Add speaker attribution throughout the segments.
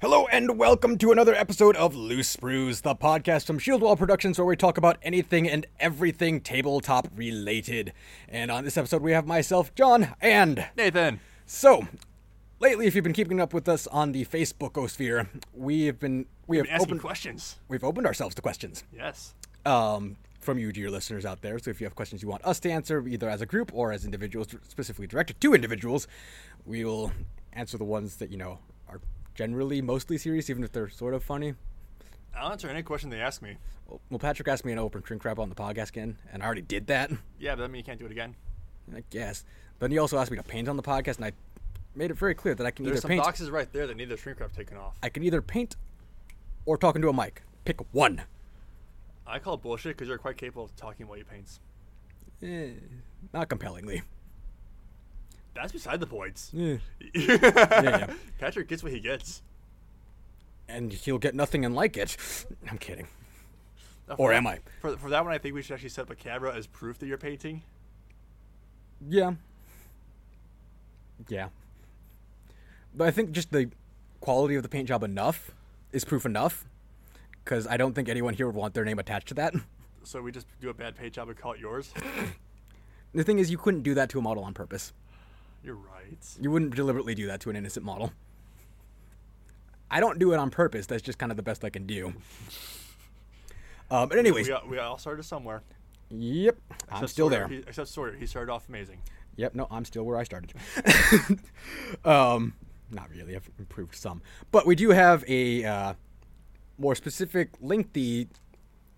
Speaker 1: Hello and welcome to another episode of Loose Sprues, the podcast from Shieldwall Productions where we talk about anything and everything tabletop related. And on this episode we have myself, John, and
Speaker 2: Nathan.
Speaker 1: so lately if you've been keeping up with us on the Facebook sphere, we've been we have
Speaker 2: Been asking
Speaker 1: opened
Speaker 2: questions.
Speaker 1: we've opened ourselves to questions
Speaker 2: Yes.
Speaker 1: um, from you, dear listeners out there. So if you have questions you want us to answer, either as a group or as individuals, specifically directed to individuals, we will answer the ones that you know are generally mostly serious, even if they're sort of funny.
Speaker 2: I'll answer any question they ask me.
Speaker 1: Well, Patrick asked me an open drink crap on the podcast again, and I already did that,
Speaker 2: Yeah, but I mean, you can't do it again.
Speaker 1: I guess. But he also asked me to paint on the podcast, and I made it very clear that I can
Speaker 2: There's
Speaker 1: either
Speaker 2: some
Speaker 1: paint,
Speaker 2: boxes right there that need the shrink wrap taken off.
Speaker 1: I can either paint, or talk into a mic. Pick one.
Speaker 2: I call bullshit because you're quite capable of talking while you paint.
Speaker 1: Eh, not compellingly.
Speaker 2: That's beside the points.
Speaker 1: Eh. yeah.
Speaker 2: Patrick gets what he gets.
Speaker 1: And he'll get nothing and like it. I'm kidding. Or am I?
Speaker 2: For, for that one, I think we should actually set up a camera as proof that you're painting.
Speaker 1: Yeah. Yeah. But I think just the quality of the paint job enough is proof enough. Because I don't think anyone here would want their name attached to that.
Speaker 2: So we just do a bad paint job and call it yours.
Speaker 1: The thing is, you couldn't do that to a model on purpose.
Speaker 2: you're right.
Speaker 1: You wouldn't deliberately do that to an innocent model. I don't do it on purpose. That's just kind of the best I can do. Um, but anyways,
Speaker 2: We all, we all started somewhere.
Speaker 1: yep, I'm
Speaker 2: Except
Speaker 1: still
Speaker 2: Sawyer.
Speaker 1: there.
Speaker 2: He, except Sawyer, he started off amazing.
Speaker 1: Yep, no, I'm still where I started. um, not really. I've improved some, but we do have a uh, more specific, lengthy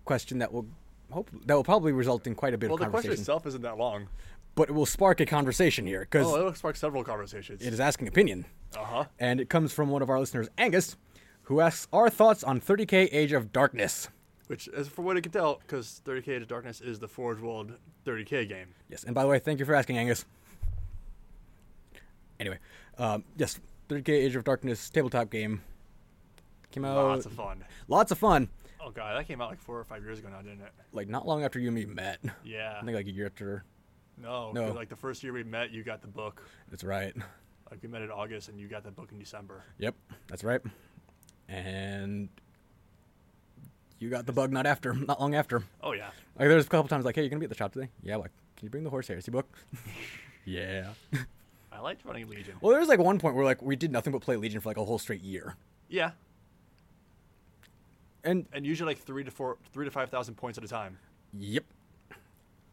Speaker 1: question that will hope that will probably result in quite a bit
Speaker 2: Well,
Speaker 1: of
Speaker 2: the question
Speaker 1: conversation.
Speaker 2: itself isn't that long.
Speaker 1: but it will spark a conversation here because
Speaker 2: Oh, it'll spark several conversations.
Speaker 1: it is asking opinion,
Speaker 2: Uh huh.
Speaker 1: and it comes from one of our listeners, Angus, who asks our thoughts on 30k Age of Darkness.
Speaker 2: Which, as for what I can tell, because 30k Age of Darkness is the Forge World 30k game.
Speaker 1: Yes, and by the way, thank you for asking, Angus. Anyway, um, yes, 30k Age of Darkness tabletop game came out.
Speaker 2: Lots of fun.
Speaker 1: lots of fun.
Speaker 2: Oh god, that came out like four or five years ago now, didn't it?
Speaker 1: Like not long after you and me met.
Speaker 2: Yeah.
Speaker 1: I think like a year after.
Speaker 2: No,
Speaker 1: No.
Speaker 2: 'cause, like the first year we met, you got the book.
Speaker 1: That's right.
Speaker 2: Like we met in August, and you got the book in December.
Speaker 1: Yep, that's right. And you got the bug not after, not long after.
Speaker 2: Oh yeah,
Speaker 1: Like there was a couple times like, hey, you gonna be at the shop today? Yeah. Like, can you bring the horse heresy book? yeah.
Speaker 2: I liked running Legion.
Speaker 1: Well, there was like one point where like we did nothing but play Legion for like a whole straight year,
Speaker 2: Yeah,
Speaker 1: and
Speaker 2: and usually like three to four, three to five thousand points at a time.
Speaker 1: yep,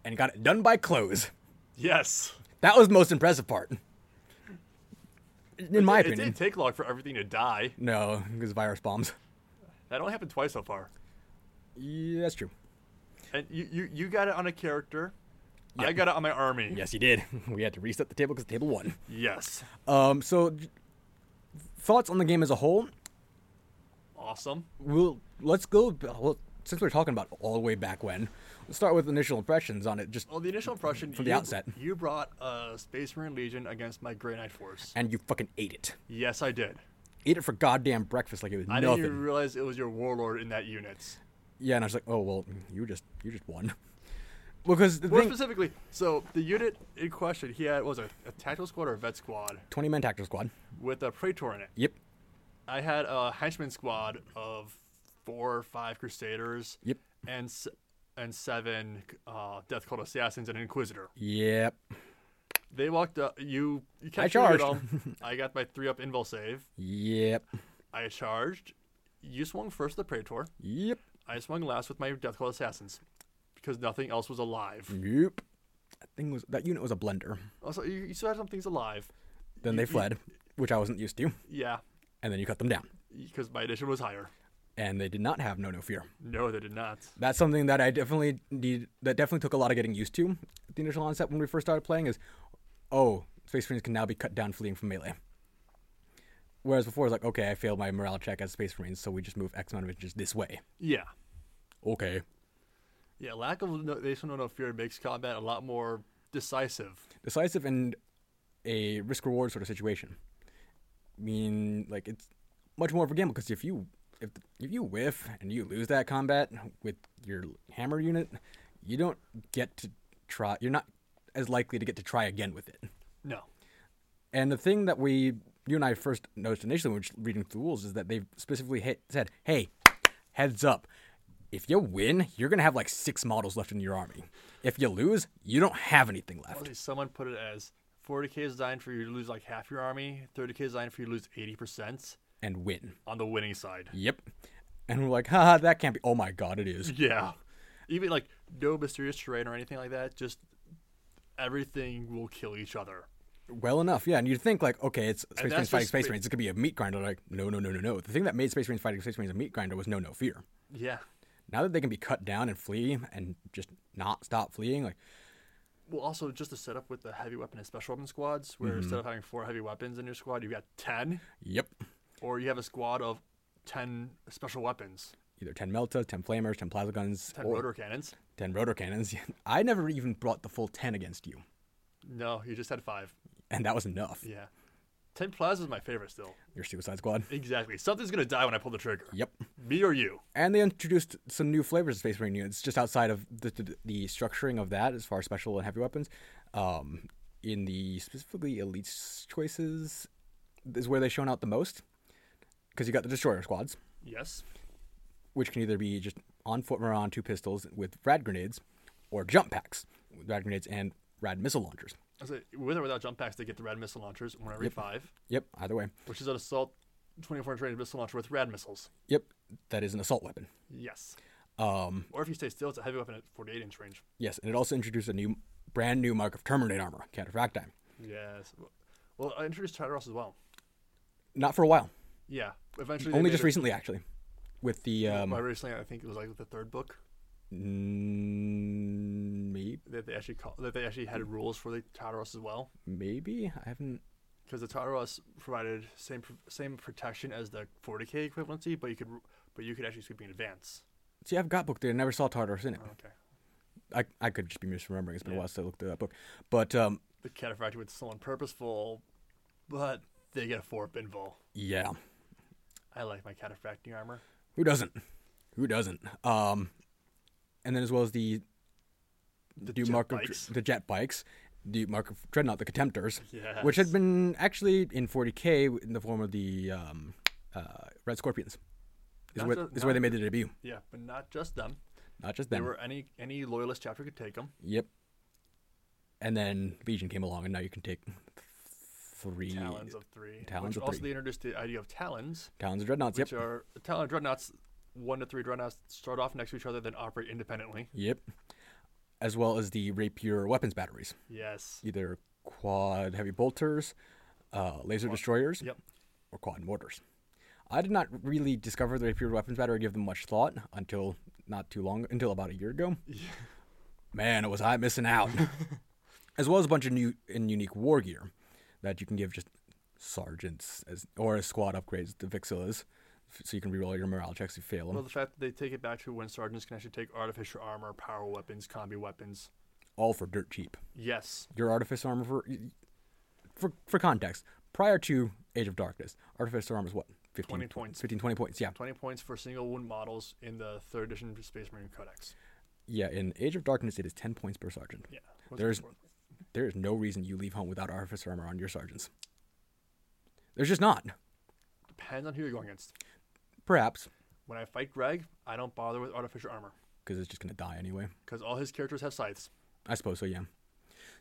Speaker 1: and got it done by close.
Speaker 2: Yes.
Speaker 1: That was the most impressive part, in my
Speaker 2: it,
Speaker 1: opinion.
Speaker 2: didn't take long for everything to die.
Speaker 1: No, because virus bombs.
Speaker 2: That only happened twice so far.
Speaker 1: Yeah, that's true.
Speaker 2: And you, you, you got it on a character. I got it on my army.
Speaker 1: Yes, you did. We had to reset the table because the table won.
Speaker 2: Yes.
Speaker 1: Um, so, j- thoughts on the game as a whole?
Speaker 2: Awesome.
Speaker 1: We'll let's go. Well, since we're talking about all the way back when, let's start with initial impressions on it. Just
Speaker 2: Well, the initial impression
Speaker 1: From the
Speaker 2: you-
Speaker 1: outset.
Speaker 2: you brought uh, Space Marine Legion against my Grey Knight Force.
Speaker 1: and you fucking ate it.
Speaker 2: Yes, I did.
Speaker 1: Ate it for goddamn breakfast like it was
Speaker 2: I
Speaker 1: nothing.
Speaker 2: didn't even realize it was your warlord in that unit.
Speaker 1: Yeah, and I was like, oh well, you just you just won. Because the
Speaker 2: More
Speaker 1: thing,
Speaker 2: specifically, so the unit in question, he had what was it, a tactical squad or a vet squad
Speaker 1: twenty man tactical squad.
Speaker 2: with a praetor in it.
Speaker 1: Yep,
Speaker 2: I had a henchman squad of four or five crusaders.
Speaker 1: Yep.
Speaker 2: And s- and seven uh, death cult assassins and an inquisitor.
Speaker 1: yep,
Speaker 2: They walked up. You you kept
Speaker 1: I
Speaker 2: shooting at
Speaker 1: charged.
Speaker 2: them. I got my three up invul save.
Speaker 1: yep,
Speaker 2: I charged. You swung first with the Praetor.
Speaker 1: yep,
Speaker 2: I swung last with my Death Call Assassins because nothing else was
Speaker 1: Mm.
Speaker 2: alive.
Speaker 1: yep. That thing was that unit was a blender.
Speaker 2: Also, you, you still had some things alive.
Speaker 1: Then they fled, which I wasn't used to,
Speaker 2: Yeah,
Speaker 1: and then you cut them down.
Speaker 2: because my addition was higher.
Speaker 1: and they did not have no no fear.
Speaker 2: No, they did not.
Speaker 1: That's something that I definitely need. That definitely took a lot of getting used to. at The initial onset when we first started playing is, oh, space marines can now be cut down fleeing from melee. Whereas before it's like, okay, I failed my morale check as space marines, so we just move X amount of inches this way.
Speaker 2: Yeah,
Speaker 1: Okay,
Speaker 2: yeah. Lack of no, they still know no fear makes combat a lot more decisive.
Speaker 1: decisive and a risk reward sort of situation. I mean, like it's much more of a gamble because if you if if you whiff and you lose that combat with your hammer unit, you don't get to try. You're not as likely to get to try again with it.
Speaker 2: No,
Speaker 1: And the thing that we you and I first noticed initially when we were reading through the rules is that they specifically hit, said, "Hey, heads up! If you win, you're gonna have like six models left in your army. If you lose, you don't have anything
Speaker 2: Or at
Speaker 1: left."
Speaker 2: least someone put it as 40k is designed for you to lose like half your army, 30k is designed for you to lose 80%
Speaker 1: And win.
Speaker 2: on the winning side.
Speaker 1: Yep. And we're like, haha, that can't be. Oh my god, it is.
Speaker 2: Yeah. Even like no mysterious terrain or anything like that, just everything will kill each other.
Speaker 1: Well enough, yeah. And you'd think like, okay, it's Space
Speaker 2: that's
Speaker 1: Marines fighting
Speaker 2: just
Speaker 1: Space
Speaker 2: spa-
Speaker 1: Marines. It's gonna be a meat grinder. Like, no, no, no, no, no. The thing that made Space Marines fighting Space Marines a meat grinder was no, no fear.
Speaker 2: Yeah.
Speaker 1: Now that they can be cut down and flee and just not stop fleeing, like,
Speaker 2: Well, also just the setup with the heavy weapon and special weapon squads, where
Speaker 1: Mm-hmm.
Speaker 2: instead of having four heavy weapons in your squad, you've got 10,
Speaker 1: yep.
Speaker 2: or you have a squad of 10 special weapons,
Speaker 1: Either ten meltas, ten flamers, ten plasma guns,
Speaker 2: 10
Speaker 1: or
Speaker 2: rotor cannons.
Speaker 1: ten rotor cannons. I never even brought the full ten against you,
Speaker 2: No, you just had five.
Speaker 1: and that was enough.
Speaker 2: Yeah. 10 plasma is my favorite still.
Speaker 1: Your Suicide Squad.
Speaker 2: Exactly. Something's going to die when I pull the trigger.
Speaker 1: Yep.
Speaker 2: Me or you.
Speaker 1: And they introduced some new flavors of Space Marine units just outside of the, the, the structuring of that as far as special and heavy weapons. Um, in the specifically elite choices is where they shone out the most because you got the destroyer squads,
Speaker 2: Yes.
Speaker 1: which can either be just on foot or on two pistols with rad grenades or jump packs with rad grenades and rad missile launchers.
Speaker 2: I say, with or without jump packs, they get the rad missile launchers, one every five,
Speaker 1: Yep, either way.
Speaker 2: which is an assault 24 inch range missile launcher with rad missiles.
Speaker 1: Yep, that is an assault weapon.
Speaker 2: Yes.
Speaker 1: Um,
Speaker 2: Or if you stay still, it's a heavy weapon at 48 inch range.
Speaker 1: yes, and it also introduced a new, brand new mark of Terminate armor, Cataphracti.
Speaker 2: Yes. Well, I introduced Tyros as well.
Speaker 1: Not for a while.
Speaker 2: Yeah. Eventually, they
Speaker 1: Only
Speaker 2: made
Speaker 1: just
Speaker 2: it-
Speaker 1: recently, actually, with the um,
Speaker 2: well, recently, I think it was like the third book
Speaker 1: mm, may-
Speaker 2: that they actually call, that they actually had rules for the Tyros as well,
Speaker 1: maybe I haven't.
Speaker 2: because the Tyros provided same pr- same protection as the 40k equivalency, but you could r- but you could actually sweep in advance.
Speaker 1: See, I've got booked it. I never saw Tartarus in it.
Speaker 2: Okay.
Speaker 1: I, I could just be misremembering. It's been a
Speaker 2: Oh. Yeah.
Speaker 1: while since I looked at that book. But um,
Speaker 2: The cataphractic with someone purposeful, but they get a four up invul.
Speaker 1: yeah,
Speaker 2: I like my cataphractic armor.
Speaker 1: who doesn't? Who doesn't? Um, and then as well as the
Speaker 2: The
Speaker 1: new
Speaker 2: jet
Speaker 1: mark
Speaker 2: bikes.
Speaker 1: of dr- the jet bikes, the mark of dreadnought, the contemptors, which
Speaker 2: Yes.
Speaker 1: had been actually in 40k in the form of the um, uh, red scorpions. Is
Speaker 2: Not
Speaker 1: where,
Speaker 2: just-
Speaker 1: is where
Speaker 2: not-
Speaker 1: they made their debut.
Speaker 2: Yeah, but not just them.
Speaker 1: Not just
Speaker 2: There
Speaker 1: them.
Speaker 2: were any any loyalist chapter could take them.
Speaker 1: Yep. And then Legion came along, and now you can take th- three
Speaker 2: Talons of three.
Speaker 1: Talons of
Speaker 2: which also
Speaker 1: three.
Speaker 2: they introduced the idea of talons,
Speaker 1: Talons of dreadnoughts. Yep.
Speaker 2: which are talon dreadnoughts. One to three dreadnoughts start off next to each other, then operate independently.
Speaker 1: Yep. As well as the rapier weapons batteries,
Speaker 2: Yes.
Speaker 1: either quad heavy bolters, uh, laser destroyers,
Speaker 2: Yep.
Speaker 1: or quad mortars. I did not really discover the rapier weapons battery or give them much thought until not too long, until about a year ago. Man, was I missing out. as well as a bunch of new and unique war gear that you can give just sergeants as, or as squad upgrades to Vixillas, f- so you can reroll your morale checks if you fail them.
Speaker 2: Well, the fact that they take it back to when sergeants can actually take artificial armor, power weapons, combi weapons.
Speaker 1: all for dirt cheap.
Speaker 2: Yes.
Speaker 1: Your artifice armor for for for context, prior to Age of Darkness, artifice armor is what 15,
Speaker 2: 20 points.
Speaker 1: 15, 20 points. Yeah,
Speaker 2: 20 points for single wound models in the third edition Space Marine Codex.
Speaker 1: yeah. In Age of Darkness, it is ten points per sergeant.
Speaker 2: Yeah. What's it
Speaker 1: There's-
Speaker 2: for?
Speaker 1: There is no reason you leave home without artifice armor on your sergeants. There's just not.
Speaker 2: Depends on who you're going against.
Speaker 1: Perhaps
Speaker 2: When I fight Greg, I don't bother with artificial armor
Speaker 1: because it's just gonna die anyway.
Speaker 2: because all his characters have scythes.
Speaker 1: I suppose so. Yeah,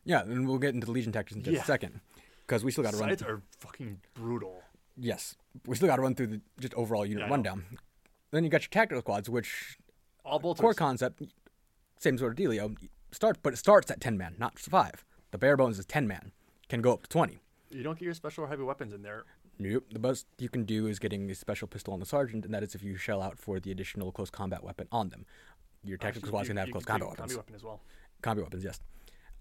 Speaker 1: yeah. And we'll get into the Legion tactics in just
Speaker 2: Yeah.
Speaker 1: a second because we still got to run.
Speaker 2: Scythes are fucking brutal.
Speaker 1: Yes, we still got to run through the just overall unit
Speaker 2: Yeah, I know.
Speaker 1: rundown. Then you got your tactical squads, which
Speaker 2: All bolters.
Speaker 1: core concept, same sort of dealio. Start, but it starts at ten man, not five. The bare bones is ten man, can go up to twenty.
Speaker 2: you don't get your special or heavy weapons in there.
Speaker 1: Nope. The best you can do is getting the special pistol on the sergeant, and that is if you shell out for the additional close combat weapon on them. Your tactical squad's
Speaker 2: Ah, You-
Speaker 1: gonna have
Speaker 2: you
Speaker 1: close
Speaker 2: can take
Speaker 1: combat weapons.
Speaker 2: Combi weapon as well.
Speaker 1: Combat weapons, yes.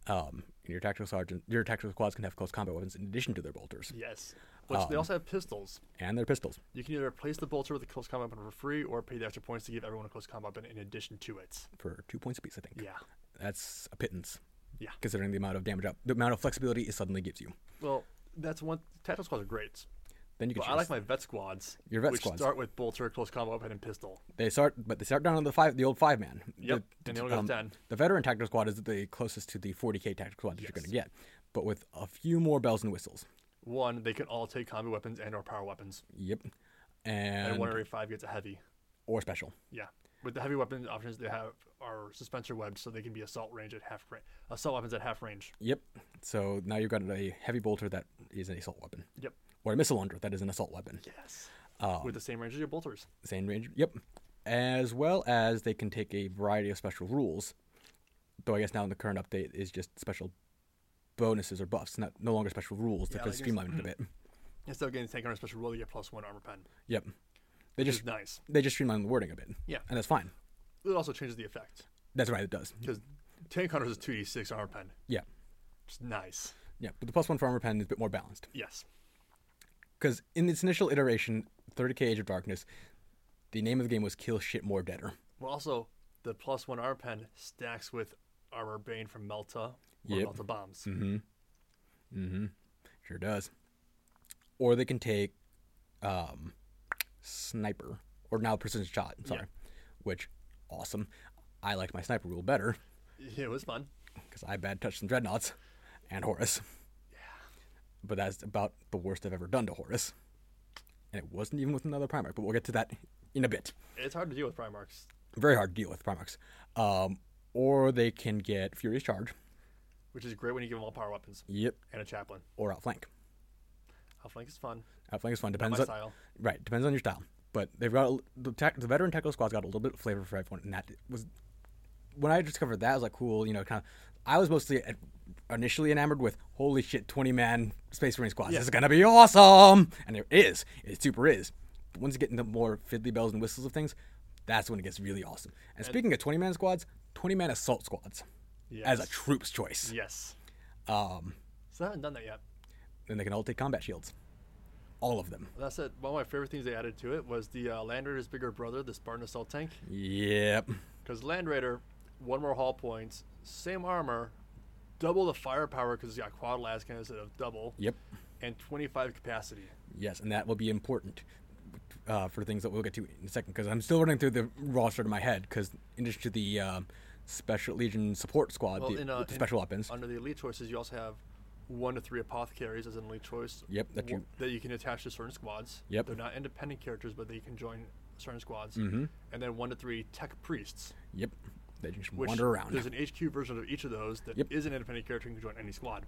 Speaker 1: Um, and your tactical sergeant, your tactical squad's can have close combat weapons in addition to their bolters
Speaker 2: Yes. Which
Speaker 1: Um,
Speaker 2: they also have pistols.
Speaker 1: and their pistols.
Speaker 2: You can either replace the bolter with a close combat weapon for free or pay the extra points to give everyone a close combat weapon in addition to it.
Speaker 1: for two points apiece. I think.
Speaker 2: Yeah.
Speaker 1: That's a pittance.
Speaker 2: Yeah.
Speaker 1: Considering the amount of damage, up, the amount of flexibility it suddenly gives you.
Speaker 2: Well, that's one. Tactical squads are great.
Speaker 1: Then you can
Speaker 2: But
Speaker 1: choose.
Speaker 2: I like my vet squads.
Speaker 1: Your vet
Speaker 2: which
Speaker 1: squads.
Speaker 2: start with bolter, close combat weapon, and pistol.
Speaker 1: they start, but they start down on the five, the old five man.
Speaker 2: Yep,
Speaker 1: The, um,
Speaker 2: and they only got 10.
Speaker 1: The veteran tactical squad is the closest to the 40k tactical squad that you're going to get, but with a few more bells and whistles.
Speaker 2: One, they can all take combat weapons and or power weapons,
Speaker 1: Yep.
Speaker 2: and,
Speaker 1: And,
Speaker 2: one every five gets a heavy.
Speaker 1: or special.
Speaker 2: Yeah, but the heavy weapon options they have are suspensor webs, so they can be assault range at half range. Assault weapons at half range.
Speaker 1: Yep. So now you've got a heavy bolter that is an assault weapon,
Speaker 2: Yep.
Speaker 1: or a missile launcher that is an assault weapon.
Speaker 2: Yes.
Speaker 1: Um,
Speaker 2: With the same range as your bolters.
Speaker 1: Same range. Yep. As well as they can take a variety of special rules. Though I guess now in the current update is just special bonuses or buffs, not no longer special rules. They're
Speaker 2: Yeah,
Speaker 1: kind of
Speaker 2: like there's-
Speaker 1: streamlined it a bit.
Speaker 2: Instead of getting tank on a special roll, you get plus one armor pen.
Speaker 1: Yep. They
Speaker 2: Which
Speaker 1: just
Speaker 2: is nice.
Speaker 1: they just streamlined the wording a bit.
Speaker 2: Yeah.
Speaker 1: And that's fine.
Speaker 2: It also changes the effect
Speaker 1: That's right. It does.
Speaker 2: because tank hunters is two d six armor pen.
Speaker 1: Yeah.
Speaker 2: It's nice.
Speaker 1: Yeah. But the plus one for armor pen is a bit more balanced.
Speaker 2: Yes.
Speaker 1: Because in its initial iteration, 30k Age of Darkness, the name of the game was Kill Shit More Better.
Speaker 2: Well, also the plus one armor pen stacks with armor bane from Melta or
Speaker 1: Yep. Mm-hmm.
Speaker 2: Melta bombs.
Speaker 1: Sure does. Or they can take um, Sniper, or now Precision Shot, sorry, which, awesome. I like my Sniper rule better
Speaker 2: It was fun.
Speaker 1: because I bad touched some Dreadnoughts and Horus. But that's about the worst I've ever done to Horus. And it wasn't even with another Primarch, but we'll get to that in a bit.
Speaker 2: It's hard to deal with Primarchs.
Speaker 1: Very hard to deal with Primarchs. Um, or they can get Furious Charge.
Speaker 2: which is great when you give them all power weapons
Speaker 1: Yep.
Speaker 2: and a chaplain.
Speaker 1: Or outflank.
Speaker 2: Outflank is fun.
Speaker 1: Outflank is fun.
Speaker 2: Not
Speaker 1: Depends
Speaker 2: my
Speaker 1: on
Speaker 2: style.
Speaker 1: right. Depends on your style. But they've got a- the tech, the veteran technical squad's got a little bit of flavor for everyone, and that was when I discovered that I was like cool. You know, kind of. I was mostly at- initially enamored with holy shit, twenty man space marine squads. This is gonna be awesome, and it is. It super is. But once you get into more fiddly bells and whistles of things, that's when it gets really awesome. And, speaking of twenty man squads, twenty man assault squads as a
Speaker 2: Yes.
Speaker 1: troops choice.
Speaker 2: Yes.
Speaker 1: Um,
Speaker 2: So I haven't done that yet.
Speaker 1: and they can all take combat shields, all of them.
Speaker 2: That's it. One of my favorite things they added to it was the uh, Land Raider's bigger brother, the Spartan assault tank,
Speaker 1: Yep.
Speaker 2: because Land Raider, one more hull points, same armor, double the firepower because it's got quad las cannon instead of double,
Speaker 1: Yep.
Speaker 2: and 25 capacity.
Speaker 1: Yes, and that will be important uh, for things that we'll get to in a second because I'm still running through the roster in my head because in addition to the uh, Special Legion support squad,
Speaker 2: Well,
Speaker 1: the,
Speaker 2: in, uh,
Speaker 1: the
Speaker 2: in-
Speaker 1: special weapons.
Speaker 2: Under the elite choices, you also have one to three apothecaries as an elite choice.
Speaker 1: Yep, that
Speaker 2: w-
Speaker 1: you-
Speaker 2: that you can attach to certain squads.
Speaker 1: Yep.
Speaker 2: They're not independent characters, but they can join certain squads. Mm-hmm. And then one to three tech priests.
Speaker 1: yep, they can just
Speaker 2: Which
Speaker 1: wander around.
Speaker 2: There's an HQ version of each of those that is
Speaker 1: Yep. Mm-hmm.
Speaker 2: an independent character and can join any squad.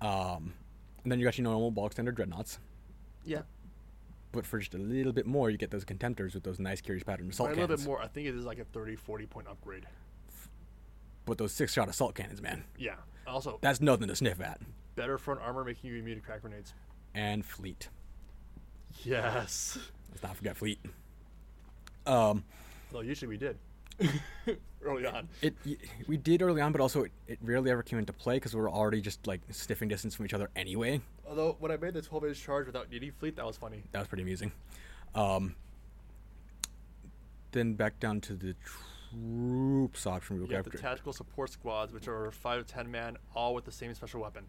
Speaker 1: Um, and then you got your normal ball extender dreadnoughts,
Speaker 2: Yeah.
Speaker 1: but for just a little bit more, you get those contemptors with those nice curious pattern
Speaker 2: But
Speaker 1: assault
Speaker 2: a
Speaker 1: cannons.
Speaker 2: little bit more. I think it is like a 30, 40 point upgrade.
Speaker 1: But those six shot assault cannons, man,
Speaker 2: Yeah. Also,
Speaker 1: that's nothing to sniff at.
Speaker 2: better front armor making you immune to crack grenades.
Speaker 1: And fleet.
Speaker 2: Yes.
Speaker 1: Let's not forget fleet. Um,
Speaker 2: Though usually we did. Early on.
Speaker 1: It y- we did early on, but also it, it rarely ever came into play because we were already just like sniffing distance from each other anyway.
Speaker 2: Although when I made the 12 inch charge without needing fleet, that was funny.
Speaker 1: That was pretty amusing. Um, then back down to the troops option. We look
Speaker 2: You have the
Speaker 1: after
Speaker 2: tactical support squads, which are five to ten man, all with the same special weapon,